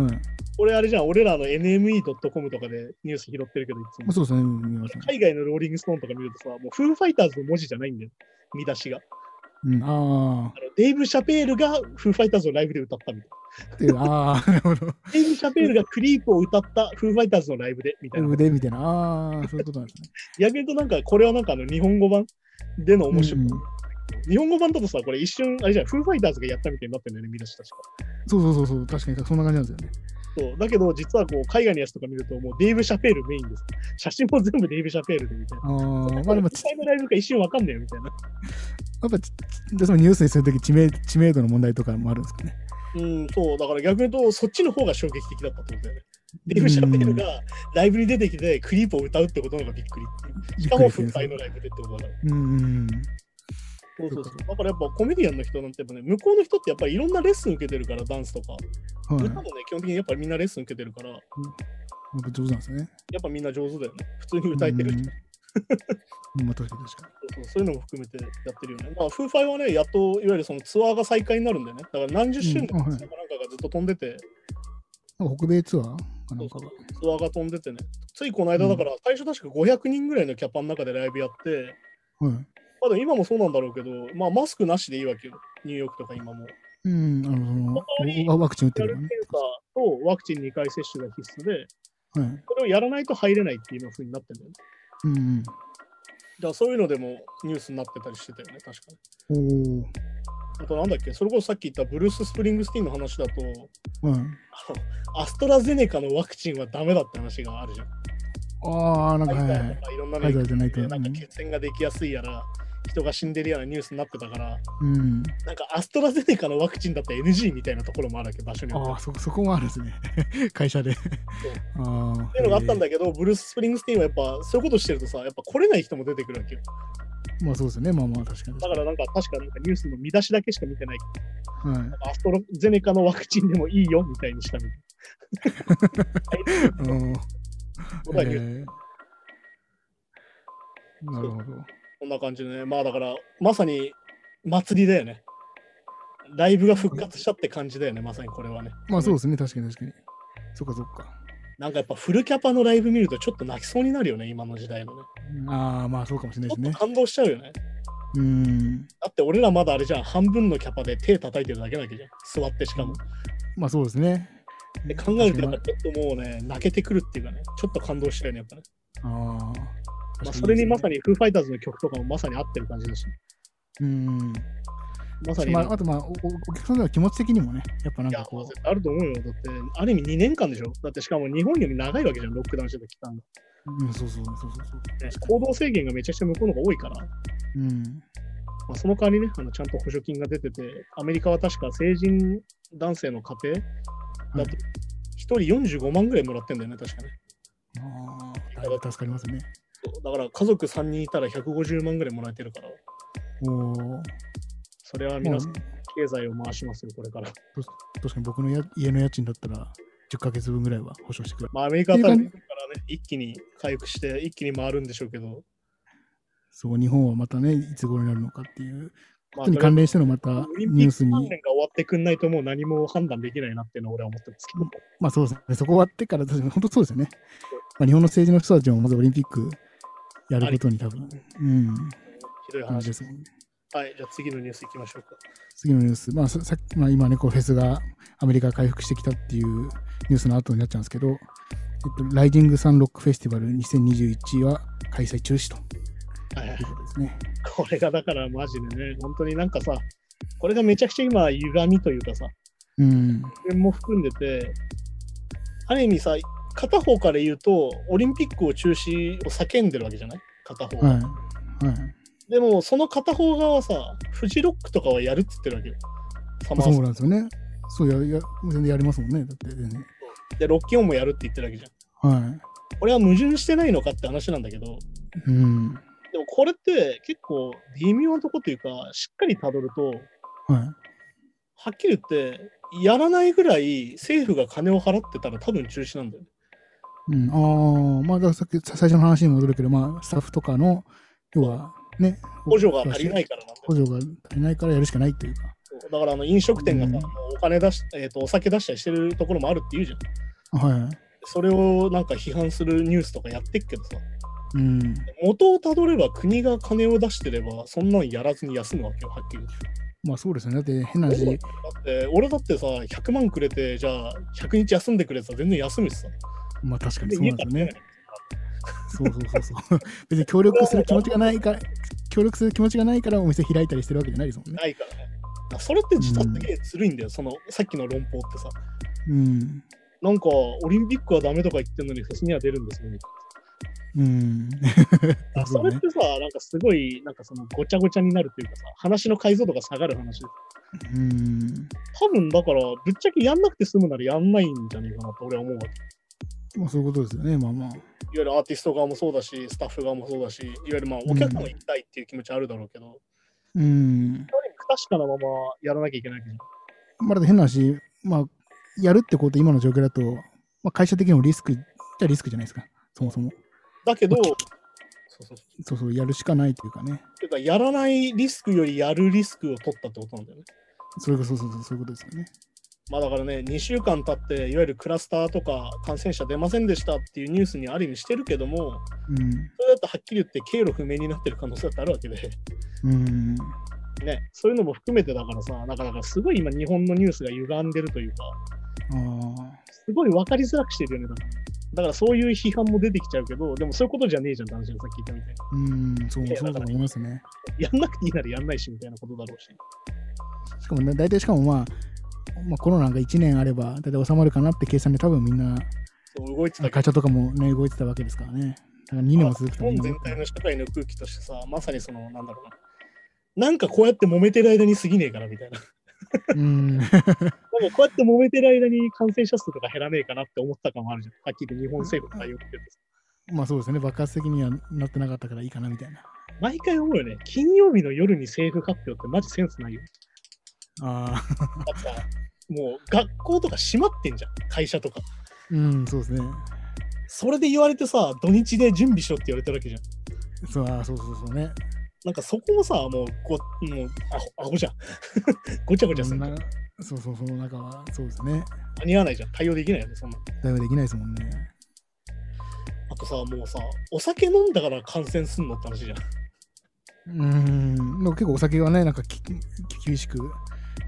Speaker 2: うん。ま
Speaker 1: これあれじゃん、俺らの NME.com とかでニュース拾ってるけど、いつ
Speaker 2: あ
Speaker 1: も。
Speaker 2: そうですね、見ますね。
Speaker 1: 海外のローリングストーンとか見るとさ、もうフーファイターズの文字じゃないんだよ、見出しが。
Speaker 2: うん、あ
Speaker 1: あのデイブ・シャペールがフーファイターズのライブで歌ったみたい
Speaker 2: あ、っていう、ああ、なるほど。
Speaker 1: な。デイブ・シャペールがクリープを歌ったフーファイターズのライブでみたいな。
Speaker 2: 腕みたいな、ああ、そういうことなんですね。
Speaker 1: 逆に言うとなんかこれはなんかあの日本語版での面白い。
Speaker 2: うんうん
Speaker 1: 日本語版だとさ、これ一瞬、あれじゃん、フーファイターズがやったみたいになってるよね、見出し確か。
Speaker 2: そうそうそうそう、確かにそんな感じなんですよね。
Speaker 1: そうだけど、実はこう海外のやつとか見ると、もうデイブ・シャペールメインです。写真も全部デイブ・シャペールでみたいな。
Speaker 2: あーまあでも、
Speaker 1: 実
Speaker 2: ち
Speaker 1: 際のライブか一瞬わかんないよみたいな。
Speaker 2: やっぱちちでそのニュースにするとき知名、知名度の問題とかもあるんですかね。
Speaker 1: うん、そう、だから逆に言うと、そっちの方が衝撃的だったってことだよね。デイブ・シャペールがライブに出てきて、クリープを歌うってことの方がびっくりっていう。しかも、
Speaker 2: びっくり
Speaker 1: 復
Speaker 2: ですね
Speaker 1: 活のライブでってことだから。
Speaker 2: うんうん
Speaker 1: そうそうそう。だからやっぱコメディアンの人なんてやっぱね、向こうの人ってやっぱりいろんなレッスン受けてるから、ダンスとか。
Speaker 2: うん。はい。
Speaker 1: 歌も
Speaker 2: や
Speaker 1: ね、基本的にやっぱりみんなレッスン受けてるから、や
Speaker 2: っぱ上手なんですね。
Speaker 1: っぱみんな上手だよね。普通に歌えてる
Speaker 2: う
Speaker 1: 人
Speaker 2: んうん。まあ確かに確か
Speaker 1: そうそうそういうのも含めてやってるよね。だから、フーファイはね、やっといわゆるそのツアーが再開になるんだよね。だから何十周年
Speaker 2: うんあはい
Speaker 1: のツアーかなんかがずっと飛んでて、
Speaker 2: に。なんか北米ツアーかなんか
Speaker 1: そ
Speaker 2: が
Speaker 1: う。ツアーが飛んでてね。ついこの間だから、最初確か500人ぐらいのキャパの中でライブやって、
Speaker 2: はい。
Speaker 1: まあでも今もそうなんだろうけど、まあマスクなしでいいわけよ。ニューヨークとか今も。
Speaker 2: うん、あの、その
Speaker 1: ここに
Speaker 2: ワワクチン打って
Speaker 1: や
Speaker 2: る
Speaker 1: る
Speaker 2: の
Speaker 1: 検
Speaker 2: ね。
Speaker 1: 査とワクチン2回接種が必須で、
Speaker 2: はい。
Speaker 1: それをやらないと入れないっていう風になってるんだよね。
Speaker 2: うん
Speaker 1: だからそういうのでもニュースになってたりしてたよね、確かに。
Speaker 2: うん。お
Speaker 1: あとなんだっけ、それこそさっき言ったブルース・スプリングスティーンの話だと、
Speaker 2: お。はい。
Speaker 1: あのアストラゼネカのワクチンはダメだって話があるじゃん。
Speaker 2: ああ、なんか
Speaker 1: ファイ
Speaker 2: はい
Speaker 1: ザ
Speaker 2: は
Speaker 1: ー
Speaker 2: い
Speaker 1: と。かいろんな
Speaker 2: ファイザ
Speaker 1: の
Speaker 2: ーじゃないと。う
Speaker 1: でなんか
Speaker 2: ん
Speaker 1: 血栓ができやすいやら、人が死んでるようなニュースになってたから、
Speaker 2: うん。
Speaker 1: なんかアストラゼネカのワクチンだったら NG みたいなところもあるわけ、場所によって
Speaker 2: ああ、そ、そこもあるんですね。 会社で。ああ。っ
Speaker 1: っていうのがあったんだけど、ブルース・スプリングスティーンはやっぱそういうことしてるとさ、やっぱ来れない人も出てくるわけよ。
Speaker 2: まあそうですね。まあまあ確かに。
Speaker 1: だからなんか確かなんかニュースの見出しだけしか見てない
Speaker 2: はい。
Speaker 1: アストラゼネカのワクチンでもいいよみたいにしたみたいな。はい
Speaker 2: うん。
Speaker 1: 僕はニュース
Speaker 2: えーなるほど。
Speaker 1: こんな感じでね、まあだからまさに祭りだよね。ライブが復活したって感じだよね、まさにこれはね。
Speaker 2: まあそうですね。確かに確かに。そっかそっか。
Speaker 1: なんかやっぱフルキャパのライブ見るとちょっと泣きそうになるよね、今の時代のね。
Speaker 2: ああ、まあそうかもしれ
Speaker 1: ちょ
Speaker 2: ないで
Speaker 1: っ
Speaker 2: す
Speaker 1: と感
Speaker 2: ね。
Speaker 1: 動しちゃうよね。
Speaker 2: うん。
Speaker 1: だって俺らまだあれじゃん、半分のキャパで手叩いてるだけだけじゃん、座ってしかも。
Speaker 2: まあそうですね。
Speaker 1: で考えるとやっぱちょっともうね、泣けてくるっていうかね、ちょっと感動したよね、やっぱね。
Speaker 2: ああ。
Speaker 1: まあ、それにまさ
Speaker 2: に。
Speaker 1: にフーファイターズの曲とかもまさに合ってる感じだし、
Speaker 2: うん。
Speaker 1: まさに、
Speaker 2: まあ、あとまあお、おお客さんの気持ち的にもね、やっぱなん
Speaker 1: い
Speaker 2: か
Speaker 1: や、
Speaker 2: こ
Speaker 1: あると思うよ。だって、ある意味2年間でしょだってしかも日本より長いわけじゃん、ロックダウンしてた期間が。
Speaker 2: う、うん、そうそうそうそうそう。
Speaker 1: ね行動制限がめちゃくちゃ向こうの方が多いから、ま
Speaker 2: うん。
Speaker 1: あ、その代わりねあの、ちゃんと補助金が出てて、アメリカは確か成人男性の家庭だと、1人45万ぐらいもらってんだよね、確かね。
Speaker 2: ああ、だいぶ助かりますね。
Speaker 1: そうだから家族3人いたら150万ぐらいもらえてるから、
Speaker 2: おお。
Speaker 1: それは
Speaker 2: まあ
Speaker 1: 皆さん、経済を回しますよ、これから。
Speaker 2: 確かに僕のや家の家賃だったら、10ヶ月分ぐらいは保証してくれる。
Speaker 1: まあ、アメリカは多分
Speaker 2: ってい
Speaker 1: これからね、一気に回復して、一気に回るんでしょうけど、
Speaker 2: そう、日本はまたね、いつ頃になるのかっていう
Speaker 1: ま
Speaker 2: こ
Speaker 1: あ、
Speaker 2: とに関連してのまた
Speaker 1: オリン
Speaker 2: ニ
Speaker 1: ピ
Speaker 2: ュー
Speaker 1: ック
Speaker 2: ス
Speaker 1: 関
Speaker 2: に、
Speaker 1: 連が終わってくんないともう何も判断できないなっていうのは俺は思ってますけど、
Speaker 2: まあそうですね、そこ終わってから、確かに本当そうですよね。まあ、日本の政治の人たちもまずオリンピックやることに多分、うん、
Speaker 1: ひどい
Speaker 2: 感じ
Speaker 1: 話
Speaker 2: で
Speaker 1: ですす。
Speaker 2: もんね。
Speaker 1: はい、じゃあ次のニュースいきましょうか。
Speaker 2: 次のニュース、まあささっきまあ、今ね、こうフェスがアメリカが回復してきたっていうニュースの後になっちゃうんですけど、えっと、ライジングサンロックフェスティバル2021は開催中止と
Speaker 1: はいはい
Speaker 2: いうことですね。
Speaker 1: これがだからマジでね、本当になんかさ、これがめちゃくちゃ今、歪みというかさ、
Speaker 2: うん、
Speaker 1: 自分も含んでて、ある意味さ、片方から言うと、オリンピックを中止を叫んでるわけじゃない片方が、
Speaker 2: はい。はい、
Speaker 1: でも、その片方側はさ、フジロックとかはやるっつってるわけよ。サマ
Speaker 2: まあ、
Speaker 1: ー
Speaker 2: そ
Speaker 1: ソ
Speaker 2: う
Speaker 1: ン
Speaker 2: なんですよね。そうや、や全然やりますもんね。だって、全然。
Speaker 1: で、ロッキンオンもやるって言ってるわけじゃん。
Speaker 2: は
Speaker 1: これは矛盾してないのかって話なんだけど、
Speaker 2: い。うん。
Speaker 1: でもこれって結構微妙なとこというか、しっかりたどると、
Speaker 2: はい。
Speaker 1: はっきり言って、やらないぐらい政府が金を払ってたら多分中止なんだよね。
Speaker 2: うん、ああ、まあ、だからさっきさ最初の話に戻るけど、まあ、スタッフとかの、要はね、
Speaker 1: 補助が足りないからなんだよ
Speaker 2: 補助が足りないからやるしかないというか。
Speaker 1: だからあの飲食店がさ、
Speaker 2: うん
Speaker 1: もうお金出し、えーと、お酒出したりしてるところもあるって言うじゃん。
Speaker 2: はい。
Speaker 1: それをなんか批判するニュースとかやってっけどさ、
Speaker 2: うん。
Speaker 1: 元をたどれば国が金を出してれば、そんなんやらずに休むわけよ、はっきり言って。
Speaker 2: まあ、そうですよね。だって、変な話、
Speaker 1: だって俺だってさ、100万くれて、じゃあ100日休んでくれてさ、全然休むしさ。
Speaker 2: まあ、確かに
Speaker 1: で
Speaker 2: そうな
Speaker 1: 家
Speaker 2: んで
Speaker 1: 買っ
Speaker 2: すよ
Speaker 1: てない
Speaker 2: ね。そうそうそうそう。別に協力する気持ちがないから、協力する気持ちがないからお店開いたりしてるわけじゃないですもんね。
Speaker 1: ないからね。それって自殺的にずるいんだよ、そのさっきの論法ってさ。
Speaker 2: うん。
Speaker 1: なんかオリンピックはダメとか言ってるのにフェスには出るんですよね。
Speaker 2: うん。
Speaker 1: あ
Speaker 2: そ
Speaker 1: そうれ
Speaker 2: ね
Speaker 1: っ。てさ、なんかすごい、なんかそのごちゃごちゃになるっていうかさ、話の解像度が下がる話。
Speaker 2: うん。
Speaker 1: 多分だから、ぶっちゃけやんなくて済むならやんないんじゃねえかなと俺は思うわけ。い
Speaker 2: まあそういうことですよね、まあまあ。
Speaker 1: わゆるアーティスト側もそうだし、スタッフ側もそうだし、いわゆるまあお客さんも行きたいっていう気持ちはあるだろうけど、
Speaker 2: うん。
Speaker 1: 不確かなままやらなきゃいけないけど、
Speaker 2: まあだって変な話、まあ、やるってこと、今の状況だと、まあ、会社的にもリスク、じゃリスクじゃないですか、そもそも。
Speaker 1: だけど、
Speaker 2: うん
Speaker 1: そうそうそう
Speaker 2: そうそう、やるしかないというかね。
Speaker 1: てかやらないリスクよりやるリスクを取ったってことなんだよね。
Speaker 2: それこそ、そうそう、そういうことですよね。
Speaker 1: まあだからね、2週間経って、いわゆるクラスターとか感染者出ませんでしたっていうニュースにある意味してるけども、それだとはっきり言って経路不明になってる可能性だってあるわけで、
Speaker 2: うん。うん。
Speaker 1: ね、そういうのも含めてだからさ、なかなかすごい今日本のニュースが歪んでるというか、
Speaker 2: ああ。
Speaker 1: すごい分かりづらくしてるよね、だから。だからそういう批判も出てきちゃうけど、でもそういうことじゃねえじゃんって話がさっき言ったみたいな。
Speaker 2: うん、そう、
Speaker 1: いや
Speaker 2: そうだと思いますね。
Speaker 1: やんなくていいならやんないしみたいなことだろうし。
Speaker 2: しかもね、大体しかもまあ、まあ、コロナが1年あれば、大体収まるかなって計算で、多分みんな、
Speaker 1: そう動いてたけど
Speaker 2: 会社とかもね、動いてたわけですからね。だから2年は続くと思
Speaker 1: 日
Speaker 2: う
Speaker 1: 本全体の社会の空気としてさ、まさにその、なんだろうな。なんかこうやって揉めてる間に過ぎねえからみたいな。
Speaker 2: うん。
Speaker 1: なんかこうやって揉めてる間に感染者数とか減らねえかなって思った感もあるじゃん。はっきり言って日本政府が言ってるんです。
Speaker 2: まあそうですね、爆発的にはなってなかったからいいかなみたいな。
Speaker 1: 毎回思うよね。金曜日の夜に政府発表ってマジセンスないよ。
Speaker 2: あ
Speaker 1: だ
Speaker 2: あ、
Speaker 1: ってさ、もう学校とか閉まってんじゃん。会社とか。
Speaker 2: うん、そうですね。
Speaker 1: それで言われてさ、土日で準備しろって言われてるわけじゃん。
Speaker 2: そうあーそうそうそうね。
Speaker 1: なんかそこもさ、もう、ごもうアホアホじゃん。 ごちゃごちゃするじゃん。
Speaker 2: なそうそう、その中は、そうですね。
Speaker 1: 間に合わないじゃん。対応できないよね、そんな。
Speaker 2: だいぶできないですもんね。
Speaker 1: あとさ、もうさ、お酒飲んだから感染すんのって話じゃん。
Speaker 2: うん、でも結構お酒はね、なんかき厳しく、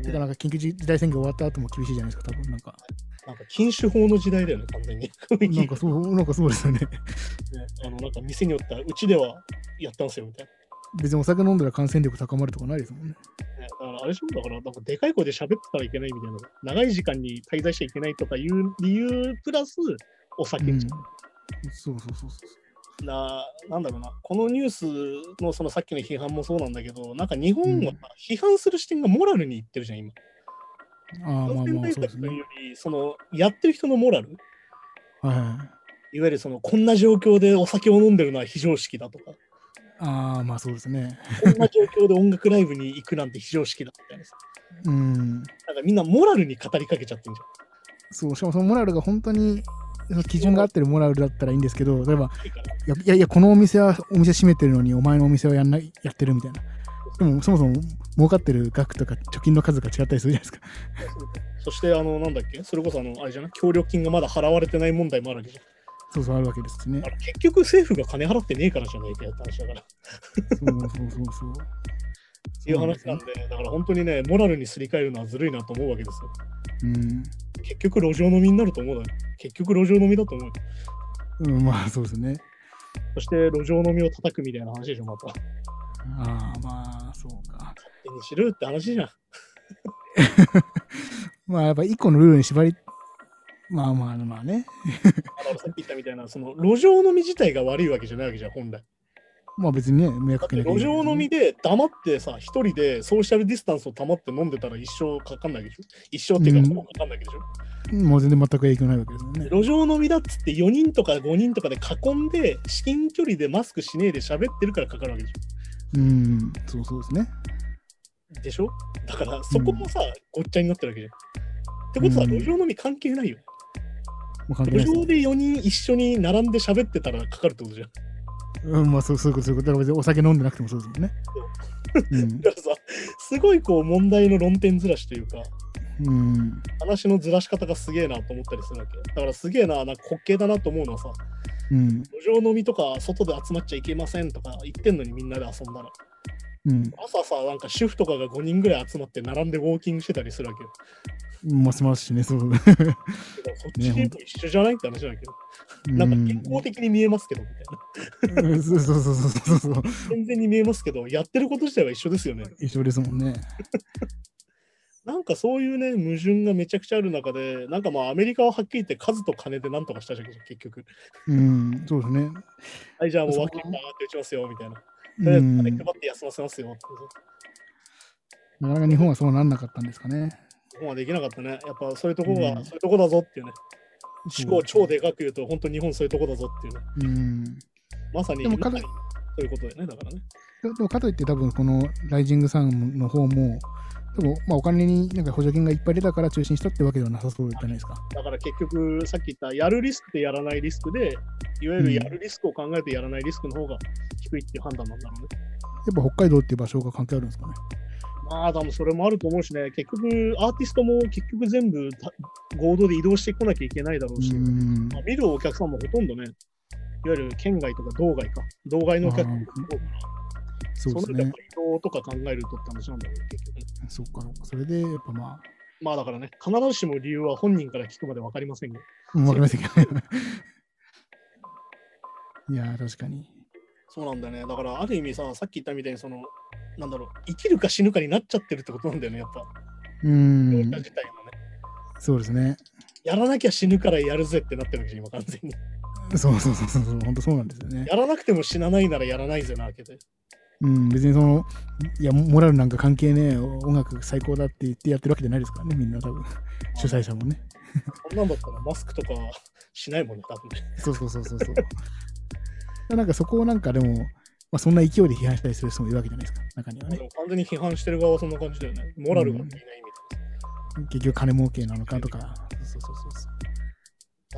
Speaker 2: てかなんか緊急事態宣言終わった後も厳しいじゃないですか、多分な んか。
Speaker 1: なんか禁酒法の時代だよね、完全に。
Speaker 2: なんかそう、なんかそうですよね。
Speaker 1: あのなんか店によっては、うちではやったんすよみたい
Speaker 2: 別にお酒飲んだら感染力高まるとかないですもんね。
Speaker 1: な。ねだからあれでしょだから、なんかでかい声で喋ってたらいけないみたいな。長い時間に滞在しちゃいけないとかいう理由プラス、お酒
Speaker 2: うん。
Speaker 1: じ
Speaker 2: そ
Speaker 1: ゃん
Speaker 2: うそうそうそう。
Speaker 1: な、なんだろうな、このニュースのそのさっきの批判もそうなんだけど、なんか日本は批判する視点がモラルにいってるじゃん、今。
Speaker 2: ああ、ま
Speaker 1: 感
Speaker 2: あ
Speaker 1: 染
Speaker 2: まあ、
Speaker 1: 対
Speaker 2: そうで
Speaker 1: 策
Speaker 2: す
Speaker 1: という
Speaker 2: ね。
Speaker 1: より、そのやってる人のモラル、
Speaker 2: はいはい。
Speaker 1: いわゆるそのこんな状況でお酒を飲んでるのは非常識だと か、
Speaker 2: ああ、まあそうですね。
Speaker 1: こんな状況で音楽ライブに行くなんて非常識だみたいなさ。
Speaker 2: うん。
Speaker 1: なんかみんなモラルに語りかけちゃってんじ
Speaker 2: そう、しかもそのモラルが本当に、その基準が合ってるモラルだったらいいんですけど、例えば、
Speaker 1: ゃん。いいかない
Speaker 2: やいやいや、このお店はお店閉めてるのに、お前のお店はやんないやってるみたいな。でも、そもそも儲かってる額とか貯金の数が違ったりするじゃないですか。
Speaker 1: そして、あの、なんだっけ、それこそあの、あれじゃない、協力金がまだ払われてない問題もあるわけじゃ
Speaker 2: そうそう、あるわけですしね
Speaker 1: ん。あ。の結局政府が金払ってねえからじゃないかって話だから。っ
Speaker 2: そうそうそうそう。
Speaker 1: ていう話なんで、だから本当にね、モラルにすり替えるのはずるいなと思うわけですよ。
Speaker 2: うん。
Speaker 1: 結局路上飲みになると思うだろ。結局路上飲みだと思う。
Speaker 2: うん、まあそうですね。
Speaker 1: そして路上飲みを叩くみたいな話でしょ、また。勝
Speaker 2: ああ、まあそうか。
Speaker 1: 手にしろよって話じゃん。
Speaker 2: まあやっぱ一個のルールに縛り、まあまあまあね。
Speaker 1: あのさっき言ったみたいな、その路上飲み自体が悪いわけじゃないわけじゃん、本来。
Speaker 2: まあ別にね、迷
Speaker 1: だっ
Speaker 2: 惑かけ
Speaker 1: て
Speaker 2: なきゃい
Speaker 1: 路
Speaker 2: けない
Speaker 1: 上飲みで黙ってさ、一人でソーシャルディスタンスを保って飲んでたら一生かかんないわけでしょ一生っていう
Speaker 2: う
Speaker 1: か、
Speaker 2: ん
Speaker 1: ほぼかかんないわけでしょ、
Speaker 2: もう全然全く影響ないわけですもんね。
Speaker 1: 路上飲みだっつって4人とか5人とかで囲んで、至近距離でマスクしねえで喋ってるからかかるわけでし
Speaker 2: うん、そうそうですね。
Speaker 1: ょでしょだからそこもさ、ごっちゃになってるわけじゃん。ってことは、
Speaker 2: うん
Speaker 1: 路上飲み関係ないよ。
Speaker 2: もう関係な
Speaker 1: 路
Speaker 2: いです
Speaker 1: 上で4人一緒に並んで喋ってたらかかるってことじゃん。
Speaker 2: うん、まあそうそういうこと、そういうこと。だから別にお酒飲んでなくてもそうですもんね。うん
Speaker 1: だからさ、すごいこう問題の論点ずらしというか、
Speaker 2: うん。
Speaker 1: 話のずらし方がすげえなと思ったりするわけ。だからすげえな、なんか滑稽だなと思うのはさ、
Speaker 2: うん。
Speaker 1: 路上飲みとか外で集まっちゃいけませんとか言ってんのにみんなで遊んだら。
Speaker 2: うん。
Speaker 1: 朝さ、なんか主婦とかが5人ぐらい集まって並んでウォーキングしてたりするわけよ。
Speaker 2: まあしますしね、そう。
Speaker 1: けどそっちも一緒じゃないって話だけど、な
Speaker 2: うん
Speaker 1: んか健康的に見えますけどみたいな。
Speaker 2: うんそうそうそうそうそうそう。
Speaker 1: 健全に見えますけど、やってること自体は一緒ですよね。
Speaker 2: 一緒ですもんね。
Speaker 1: なんなんかそういうね、矛盾がめちゃくちゃある中で、なんかまあアメリカははっきり言って数と金でなんとかしたじゃん、結局。
Speaker 2: うん、そうですね。
Speaker 1: はい、じゃあもう
Speaker 2: そう
Speaker 1: ワキバーって打ちますよ、みたいな。とりあえ
Speaker 2: う
Speaker 1: ず
Speaker 2: ん、
Speaker 1: 金配
Speaker 2: な
Speaker 1: って休ませますよって。
Speaker 2: かなか日本はそうなんなかったんですかね。
Speaker 1: そこまでできなかったね。やっぱそういうとこが、
Speaker 2: うん
Speaker 1: そういうとこだぞっていうね。
Speaker 2: そう
Speaker 1: 思考を超でかく言うと、本当日本そういうとこだぞっていうね。
Speaker 2: うん。
Speaker 1: まさに、
Speaker 2: でも彼
Speaker 1: まさにそういうことだよね、だからね。
Speaker 2: でもかといって多分このライジングサンの方も、多分まあお金になんか補助金がいっぱい出たから中止にしたってわけではなさそうじゃないですか。
Speaker 1: だから結局、さっき言った、やるリスクとやらないリスクで、いわゆ
Speaker 2: う
Speaker 1: る
Speaker 2: ん
Speaker 1: やるリスクを考えてやらないリスクの方が低いっていう判断なんだろうね。
Speaker 2: やっぱ北海道っていう場所が関係あるんですかね。
Speaker 1: まあ、多分それもあると思うしね、結局、アーティストも結局全部た合同で移動してこなきゃいけないだろうし、
Speaker 2: うん
Speaker 1: まあ、見るお客さんもほとんどね、いわゆる県外とか道外か、道外のお客さんが多いから、そ
Speaker 2: そ
Speaker 1: うの
Speaker 2: で
Speaker 1: 中
Speaker 2: す
Speaker 1: でやっ
Speaker 2: ね
Speaker 1: ぱ。移動とか考えるとって話なんだろうね、結局ね。
Speaker 2: そうか、そうかそれでやっぱま
Speaker 1: まあだからね、必ずしも理由は本人から聞くまで分かりませんが、
Speaker 2: あ、わかりませんけどね。いやー、確かに。
Speaker 1: そうなんだよね。だからある意味さ、さっき言ったみたいに、その、なんだろう、生きるか死ぬかになっちゃってるってことなんだよね、やっぱ。
Speaker 2: う
Speaker 1: 動
Speaker 2: ん
Speaker 1: 画、自体もね。
Speaker 2: そうですね。
Speaker 1: やらなきゃ死ぬからやるぜってなってるわけじゃん、今完全に。
Speaker 2: そうそうそうそうそう、本当そうなんですよね。
Speaker 1: やらなくても死なないならやらないぜなわけで。
Speaker 2: うん、別にその、いや、モラルなんか関係ねえ、音楽最高だって言ってやってるわけじゃないですからね、みんな多分、主催者もね。
Speaker 1: そんなんだったらマスクとかしないもんね、多分ね。
Speaker 2: そうそうそうそうそう。なんかそこをなんかでも、まあ、そんな勢いで批判したりする人もいるわけじゃないですか、中には
Speaker 1: で
Speaker 2: ね。
Speaker 1: も完全に批判してる側はそんな感じだよね。モラルがいないみたい
Speaker 2: 結局金儲けなのかとか、
Speaker 1: な。そうそうそうそう。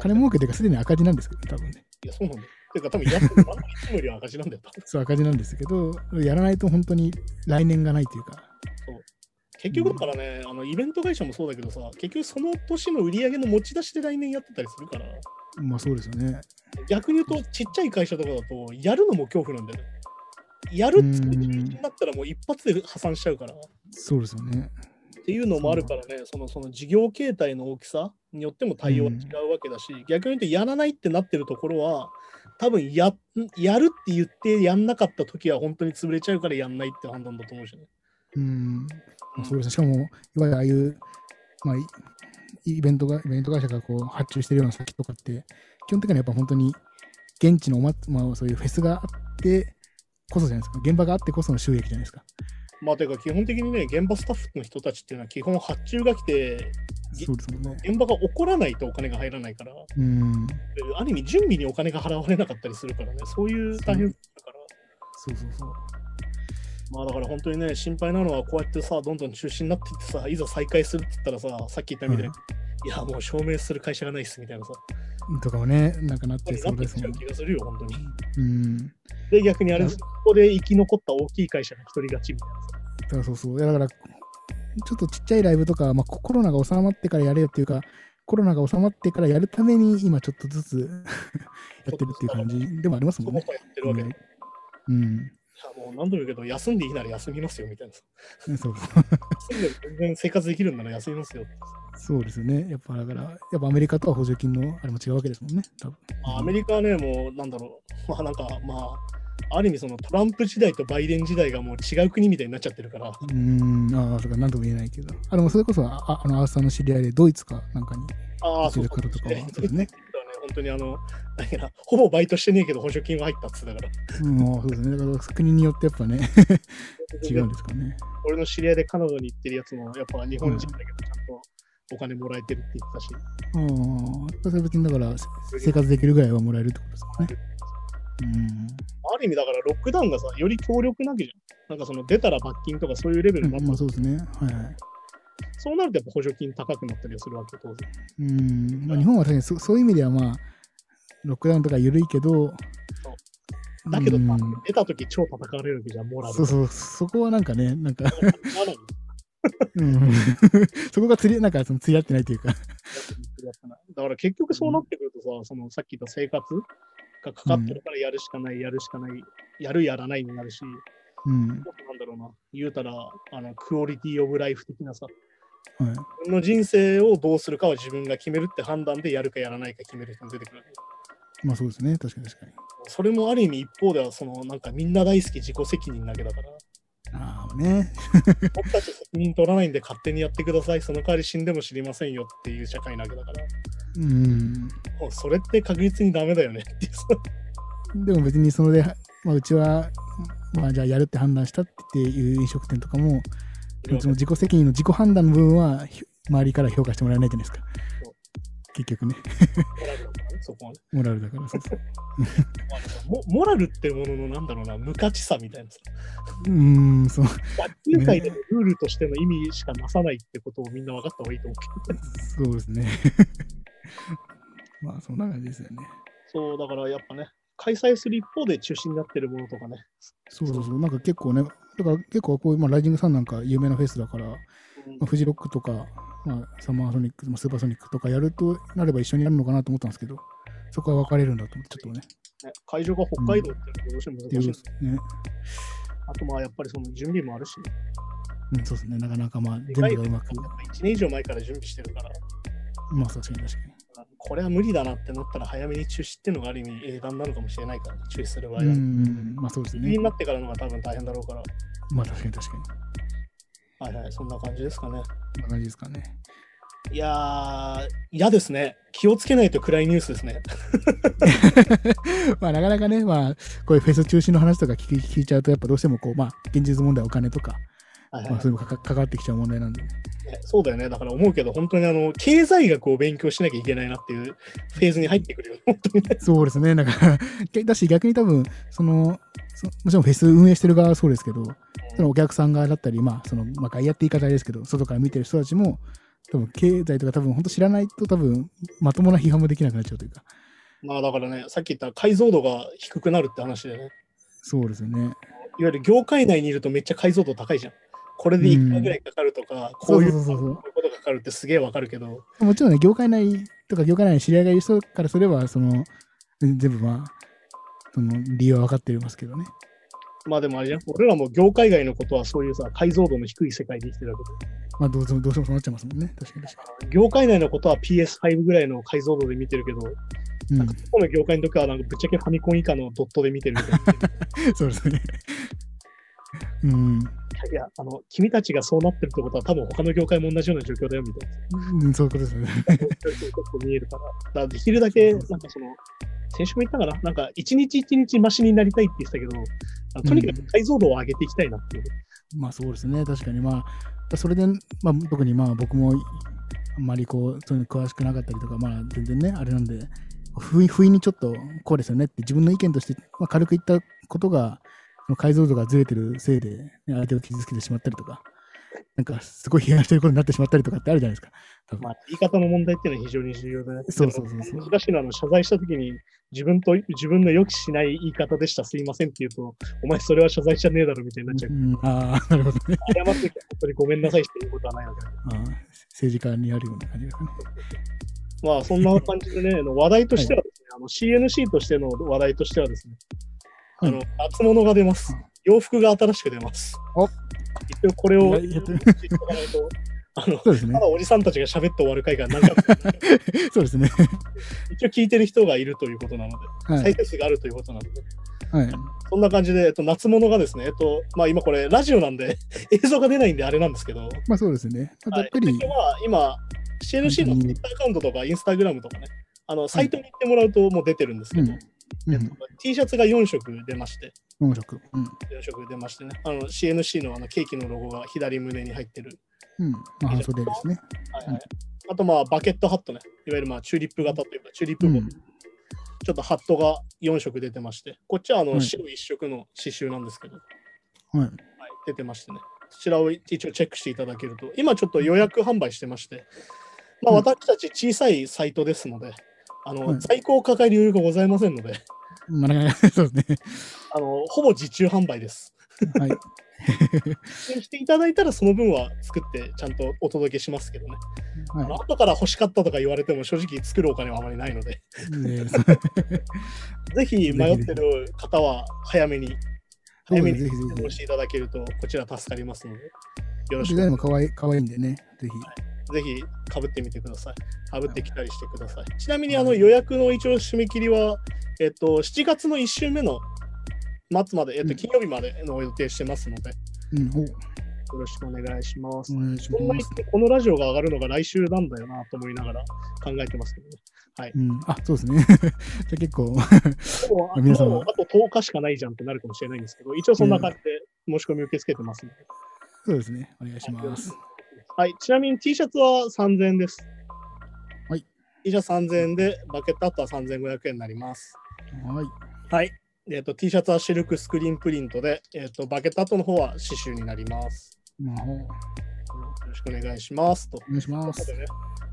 Speaker 2: 金儲けというかすでに赤字なんですけど、多分ね。
Speaker 1: いや、そうなんだよ。てか、多分やってるのはあんまりいつもよりは赤字なんだよ、多分
Speaker 2: そう、赤字なんですけど、やらないと本当に来年がないというか。
Speaker 1: 結局だからね、あのイベント会社もそうだけどさ、結局その年の売り上げの持ち出しで来年やってたりするから、
Speaker 2: まあそうですよね。
Speaker 1: 逆に言うと、ちっちゃい会社とかだと、やるのも恐怖なんだよね。やるって気持ちになったらもう一発で破産しちゃうから。っ
Speaker 2: そうですよね。
Speaker 1: ていうのもあるからね、そのその事業形態の大きさによっても対応は違うわけだし、逆に言うと、やらないってなってるところは、多分ややるって言ってやんなかった時は本当に潰れちゃうからやんないって判断だと思うしね。
Speaker 2: うん。まあそうですね。しかも、いわゆるああいう、まあ、いイベントが、イベント会社がこう発注してるような先とかって、基本的にはやっぱ本当に、現地のおま、まあ、そういうフェスがあってこそじゃないですか。現場があってこその収益じゃないですか。
Speaker 1: まあ、てか基本的にね、現場スタッフの人たちっていうのは基本発注が来て、げ
Speaker 2: そうですもんね。
Speaker 1: 現場が起こらないとお金が入らないから、
Speaker 2: うん。
Speaker 1: ある意味準備にお金が払われなかったりするからね、そういう大変さだから、
Speaker 2: そうそうそう。
Speaker 1: まあだから本当にね、心配なのはこうやってさ、どんどん中止になっていってさ、いざ再開するって言ったらさ、さっき言ったみたいに、いや、もう証明する会社がないっすみたいなさ、
Speaker 2: とかもね、なんかなって
Speaker 1: な
Speaker 2: そ
Speaker 1: っ
Speaker 2: う
Speaker 1: て
Speaker 2: で
Speaker 1: き
Speaker 2: す
Speaker 1: ちゃ
Speaker 2: も
Speaker 1: うん気
Speaker 2: ね。
Speaker 1: がするよ、本当に。
Speaker 2: うん。
Speaker 1: で、逆にあれ
Speaker 2: う
Speaker 1: で
Speaker 2: ん
Speaker 1: す、ここで生き残った大きい会社が一人勝ちみたいなさ。
Speaker 2: だからそうそう。いやだから、ちょっとちっちゃいライブとか、まあ、ココロナが収まってからやれよっていうか、コロナが収まってからやるために、今ちょっとずつ やってるっていう感じでもあります
Speaker 1: そ
Speaker 2: もん
Speaker 1: こ
Speaker 2: ね。
Speaker 1: かやってるわけで、い
Speaker 2: うん。
Speaker 1: やもう何度も言うけど、休んでいいなら休みますよみたいなさ。
Speaker 2: うんそう
Speaker 1: 休んでも全然生活できるんなら休みますよってさ。
Speaker 2: そうですよね。やっぱだから、やっぱアメリカとは補助金のあれも違うわけですもんね。多分
Speaker 1: まあ、アメリカはね、もうなんだろう、まあなんか、まあ、ある意味そのトランプ時代とバイデン時代がもう違う国みたいになっちゃってるから、
Speaker 2: うーん、ああ、そうか、なんとも言えないけど。あの、それこそ、ああの、アーサーの知り合いで、ドイツかなんかに
Speaker 1: ああ、
Speaker 2: て
Speaker 1: そう
Speaker 2: る
Speaker 1: そ
Speaker 2: 方
Speaker 1: う
Speaker 2: とか
Speaker 1: ね
Speaker 2: は、そうですね。
Speaker 1: 本当にあの、なんやな、ほぼバイトしてねえけど補助金は入ったっつってだから、
Speaker 2: うん、そうですね。だから、国によってやっぱね、 違うんですかね。
Speaker 1: 俺の知り合いでカナダに行ってるやつも、やっぱ日本人だけど、ちゃんとお金もらえてるって言ってたし、
Speaker 2: うん、それ別にだから、せ生活できるぐらいはもらえるってことですもんね。
Speaker 1: ある意味だからロックダウンがさ、より強力なわけじゃん。なんかその出たら罰金とかそういうレベ
Speaker 2: う
Speaker 1: ル
Speaker 2: ん。
Speaker 1: にな
Speaker 2: う
Speaker 1: っ
Speaker 2: ん
Speaker 1: た
Speaker 2: まあ、そうですね。はいはい。
Speaker 1: そうなるとやっぱ補助金高くなったりはするわけ、当然。
Speaker 2: うん、まあ、日本は確かにそ、そういう意味では、まあ、ロックダウンとか緩いけど、
Speaker 1: だけど、
Speaker 2: うん
Speaker 1: 出た時超叩かれるわけじゃん、モラル
Speaker 2: そうそう、そこはなんかね、な んか、
Speaker 1: なのに
Speaker 2: うん、そこが釣り、なんかその釣り合ってないというか。
Speaker 1: だから結局そうなってくるとさ、そのさっき言った生活がかかってるからやるしかない、やるしかない、やるやらないになるし、
Speaker 2: うん。
Speaker 1: もっとなんだろうな、言うたら、あの、クオリティオブライフ的なさ、
Speaker 2: はい。
Speaker 1: 自分の人生をどうするかは自分が決めるって判断でやるかやらないか決める人も出てくる。
Speaker 2: まあそうですね、確かに確かに。
Speaker 1: それもある意味一方では、そのなんかみんな大好き自己責任だけだから、
Speaker 2: ああね。
Speaker 1: 僕たち責任取らないんで勝手にやってください、その代わり死んでも知りませんよっていう社会なわけだから、
Speaker 2: うん。
Speaker 1: もうそれって確実にダメだよねっていう、
Speaker 2: でも別にそれで、まあ、うちは、まあ、じゃあやるって判断したっていう飲食店とかも、
Speaker 1: そう
Speaker 2: その自己責任の自己判断の部分はひ周りから評価してもらえないじゃないですか
Speaker 1: そう。
Speaker 2: 結局ね、
Speaker 1: モラルだからねそこはね
Speaker 2: モラルだから。そうそう
Speaker 1: まあなんかモ。モラルってもののなんだろうな、無価値さみたいなさ。
Speaker 2: うーん、そう、
Speaker 1: 学級会でのルールとしての意味しかなさないってことをみんな分かった方がいいと思うけど。
Speaker 2: そうですね。 まあ、そんな感じですよね。
Speaker 1: そう、だからやっぱね、開催する一方で中止になってるものとかね、
Speaker 2: そうそうそう、なんか結構ね、だから結構こういう、まあ、ライジングさんなんか有名なフェスだから、ま
Speaker 1: うん
Speaker 2: あ、フジロックとか、まあ、サマーソニック、まあスーパーソニックとかやるとなれば一緒にやるのかなと思ったんですけど、そこは分かれるんだと思って、ちょっとね。
Speaker 1: ね会場が北海道っていうのはどうしても
Speaker 2: ってい
Speaker 1: 難
Speaker 2: う
Speaker 1: しい、
Speaker 2: ことですね。
Speaker 1: あとまあやっぱりその準備もあるし、ね、
Speaker 2: うん、そうですね。なかなかまあ、
Speaker 1: で
Speaker 2: 全
Speaker 1: かい
Speaker 2: 部がうまく、
Speaker 1: 1年以上前から準備してるから、
Speaker 2: まあ、確かに確かに。
Speaker 1: これは無理だなってなったら早めに中止っていうのがある意味英断なのかもしれないから、中止する場合は。
Speaker 2: う
Speaker 1: 入
Speaker 2: ん、まあそうです
Speaker 1: り
Speaker 2: ね
Speaker 1: に。なってからのが多分大変だろうから、
Speaker 2: まあ確かに確かに。
Speaker 1: はいはい、そんな感じですかね。
Speaker 2: こんな感じですかね。
Speaker 1: いやー、嫌ですね。気をつけないと暗いニュースです ね。
Speaker 2: まあなかなかね、まあ、こういうフェス中止の話とか聞き聞いちゃうと、やっぱどうしてもこう、まあ、現実問題、お金とか、
Speaker 1: はいはい
Speaker 2: まあ、そういうのがかかかってきちゃう問題なんで、ね、
Speaker 1: ねそうだよね。だから思うけど、本当にあの、経済学を勉強しなきゃいけないなっていうフェーズに入ってくるよね。 本当にね。
Speaker 2: そうですね、だから、 けだし逆に多分そのそ、もちろんフェス運営してる側はそうですけど、そのお客さん側だったり、まあ、その、まあ、外野って言い方あれですけど、外から見てる人たちも、多分経済とか多分本当知らないと多分まともな批判もできなくなっちゃうというか、
Speaker 1: まあだからね、さっき言った解像度が低くなるって話でね。
Speaker 2: そうですよね。
Speaker 1: いわゆる業界内にいるとめっちゃ解像度高いじゃん。これでいくらぐらいかかるとか、こういう
Speaker 2: そうそうそうそう
Speaker 1: こういうことがかかるってすげえわかるけど、
Speaker 2: もちろんね、業界内とか業界内に知り合いがいる人からすれば、その、全部まあ、その理由は分かってますけどね。
Speaker 1: まあでもあれじゃん、俺らも業界外のことはそういうさ、解像度の低い世界で生きてるわけ
Speaker 2: まあ、どうしても、どうしてもそうなっちゃいますもんね。確かに確か
Speaker 1: で、業界内のことは PS5 ぐらいの解像度で見てるけど、
Speaker 2: に。う
Speaker 1: なんかここの業界の時はなんかぶっちゃけファミコン以下のドットで見てるみたいな。
Speaker 2: ん、そうですね。うん、
Speaker 1: いや、あの、君たちがそうなってるってことは、多分他の業界も同じような状況だよみたいな。
Speaker 2: うんそういうことですよね。
Speaker 1: こう見えるから。だからできるだけ、なんかその、先週も言ったかな、なんか一日一日マシになりたいって言ってたけど、あのとにかく解像度を上げていきたいなっていう。
Speaker 2: まあ、そうですね。確かに、まあ、それで、まあ、特にまあ、僕も、あんまりこう、そういうの詳しくなかったりとか、まあ、全然ね、あれなんで、不意不意にちょっと、こうですよねって、自分の意見として、まあ、軽く言ったことが、その解像度がずれてるせいで、ね相手を傷つけてしまったりとか、なんか、すごい批判してることになってしまったりとかってあるじゃないですか。多分
Speaker 1: まあ、言い方の問題っていうのは非常に重要でね。
Speaker 2: そうそうそうそう
Speaker 1: 難しいのは、あの謝罪したときに、自分と、自分の予期しない言い方でした、すいませんって言うと、お前それは謝罪じゃねえだろみたいになっちゃう
Speaker 2: う。ん、ああ、なるほどね。
Speaker 1: 謝ってきて、本当にごめんなさいっていうことはないわけだけど。
Speaker 2: ああ政治家にあるような感じですかね。
Speaker 1: まあそんな感じで ね、あの話題としてはですね、あの CNC としての話題としてはですね、あの
Speaker 2: はい
Speaker 1: 夏物が出ます。洋服が新しく出ます。
Speaker 2: お
Speaker 1: 一応これを
Speaker 2: いややってる
Speaker 1: 言っておかないと、あの、
Speaker 2: そうですね
Speaker 1: た。だおじさんたちが喋って終わる回が 何回も、
Speaker 2: そうですね。
Speaker 1: 一応聞いてる人がいるということなので、
Speaker 2: は
Speaker 1: 再
Speaker 2: い。
Speaker 1: 生数があるということなので、
Speaker 2: はい。
Speaker 1: そんな感じで、えっと、夏物がですね、えっと、まあ今これラジオなんで 映像が出ないんであれなんですけど、
Speaker 2: まあそうですね。まあざっくり。
Speaker 1: はい、で今は今 CNC の Twitter アカウントとかインスタグラムとかね、あのサイトに行ってもらうともう出てるんですけど、
Speaker 2: うん。う
Speaker 1: えっと
Speaker 2: ん。
Speaker 1: T シャツが4色出まして、
Speaker 2: 音楽。うん。
Speaker 1: 4色出ましてね、あの CNC のあのケーキのロゴが左胸に入ってる。
Speaker 2: うん。まあ半袖ですね。
Speaker 1: はいはい、あと、まあ、バケットハットね、いわゆるまあチューリップ型というか、チューリップ
Speaker 2: う
Speaker 1: ボ
Speaker 2: ん。
Speaker 1: ちょっとハットが4色出てまして、こっちはあ
Speaker 2: は
Speaker 1: の
Speaker 2: い
Speaker 1: 白1色の刺繍なんですけど、はい
Speaker 2: はい。
Speaker 1: 出てましてね、そちらを一応チェックしていただけると、今ちょっと予約販売してまして、まあ、
Speaker 2: うん
Speaker 1: 私たち小さいサイトですので、あの
Speaker 2: はい
Speaker 1: 在庫を抱える余裕がございませんので、
Speaker 2: まあなかなか そうですね。
Speaker 1: あのほぼ受注販売です。
Speaker 2: はい。
Speaker 1: していただいたらその分は作ってちゃんとお届けしますけどね、あ
Speaker 2: は
Speaker 1: の後から欲しかったとか言われても正直作るお金はあまりないので
Speaker 2: い。 でそう
Speaker 1: ぜひ迷ってる方は早めに早めに
Speaker 2: ぜひぜひぜひ
Speaker 1: お越しいただけるとこちら助かりますのでよろし
Speaker 2: デ
Speaker 1: く
Speaker 2: ザインも可愛い、可愛いんでね。ぜ
Speaker 1: ぜひかぶってみてくださいかぶってきたりしてくださいちなみにあの予約の一応締め切りは、えっと、7月の1週目の末まで、えっ
Speaker 2: う
Speaker 1: と、
Speaker 2: ん
Speaker 1: 金曜日までの予定してますので、
Speaker 2: うん、お
Speaker 1: よろしくお願いします。
Speaker 2: お願いし
Speaker 1: そんな
Speaker 2: ま
Speaker 1: に
Speaker 2: す。
Speaker 1: このラジオが上がるのが来週なんだよなと思いながら考えてますけどね。
Speaker 2: うん、あ、そうですね。 じゃあ結構、 は
Speaker 1: もう
Speaker 2: 皆様
Speaker 1: もうあと10日しかないじゃんってなるかもしれないんですけど、一応そんな感じで申し込み受け付けてますんで。
Speaker 2: そうですね。お願いします。
Speaker 1: はい、ちなみに T シャツは3000円です。
Speaker 2: はい。
Speaker 1: T シャツ3000円で、バケットアットは3500円になります。
Speaker 2: はい。
Speaker 1: はい。えっ、と、T シャツはシルクスクリーンプリントで、えっ、と、バケットアットの方は刺繍になります。
Speaker 2: まあ、お
Speaker 1: よろしくお願いします。と。
Speaker 2: 願いしま
Speaker 1: ということ
Speaker 2: す。
Speaker 1: でね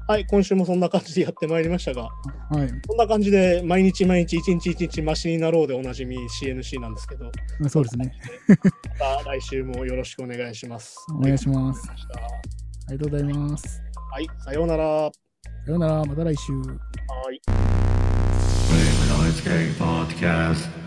Speaker 1: はい、今週もそんな感じでやってまいりましたが、
Speaker 2: はい。
Speaker 1: こんな感じで毎日毎日一日一日マシになろうでおなじみ CNC なんですけど、
Speaker 2: まあそうですね。
Speaker 1: また来週もよろしくお願いします。
Speaker 2: お願いします。
Speaker 1: ました
Speaker 2: ありがとうございます。
Speaker 1: はい、さようなら。は
Speaker 2: さようなら、また来週。
Speaker 1: い。
Speaker 3: Flame and Ice Game Podcast.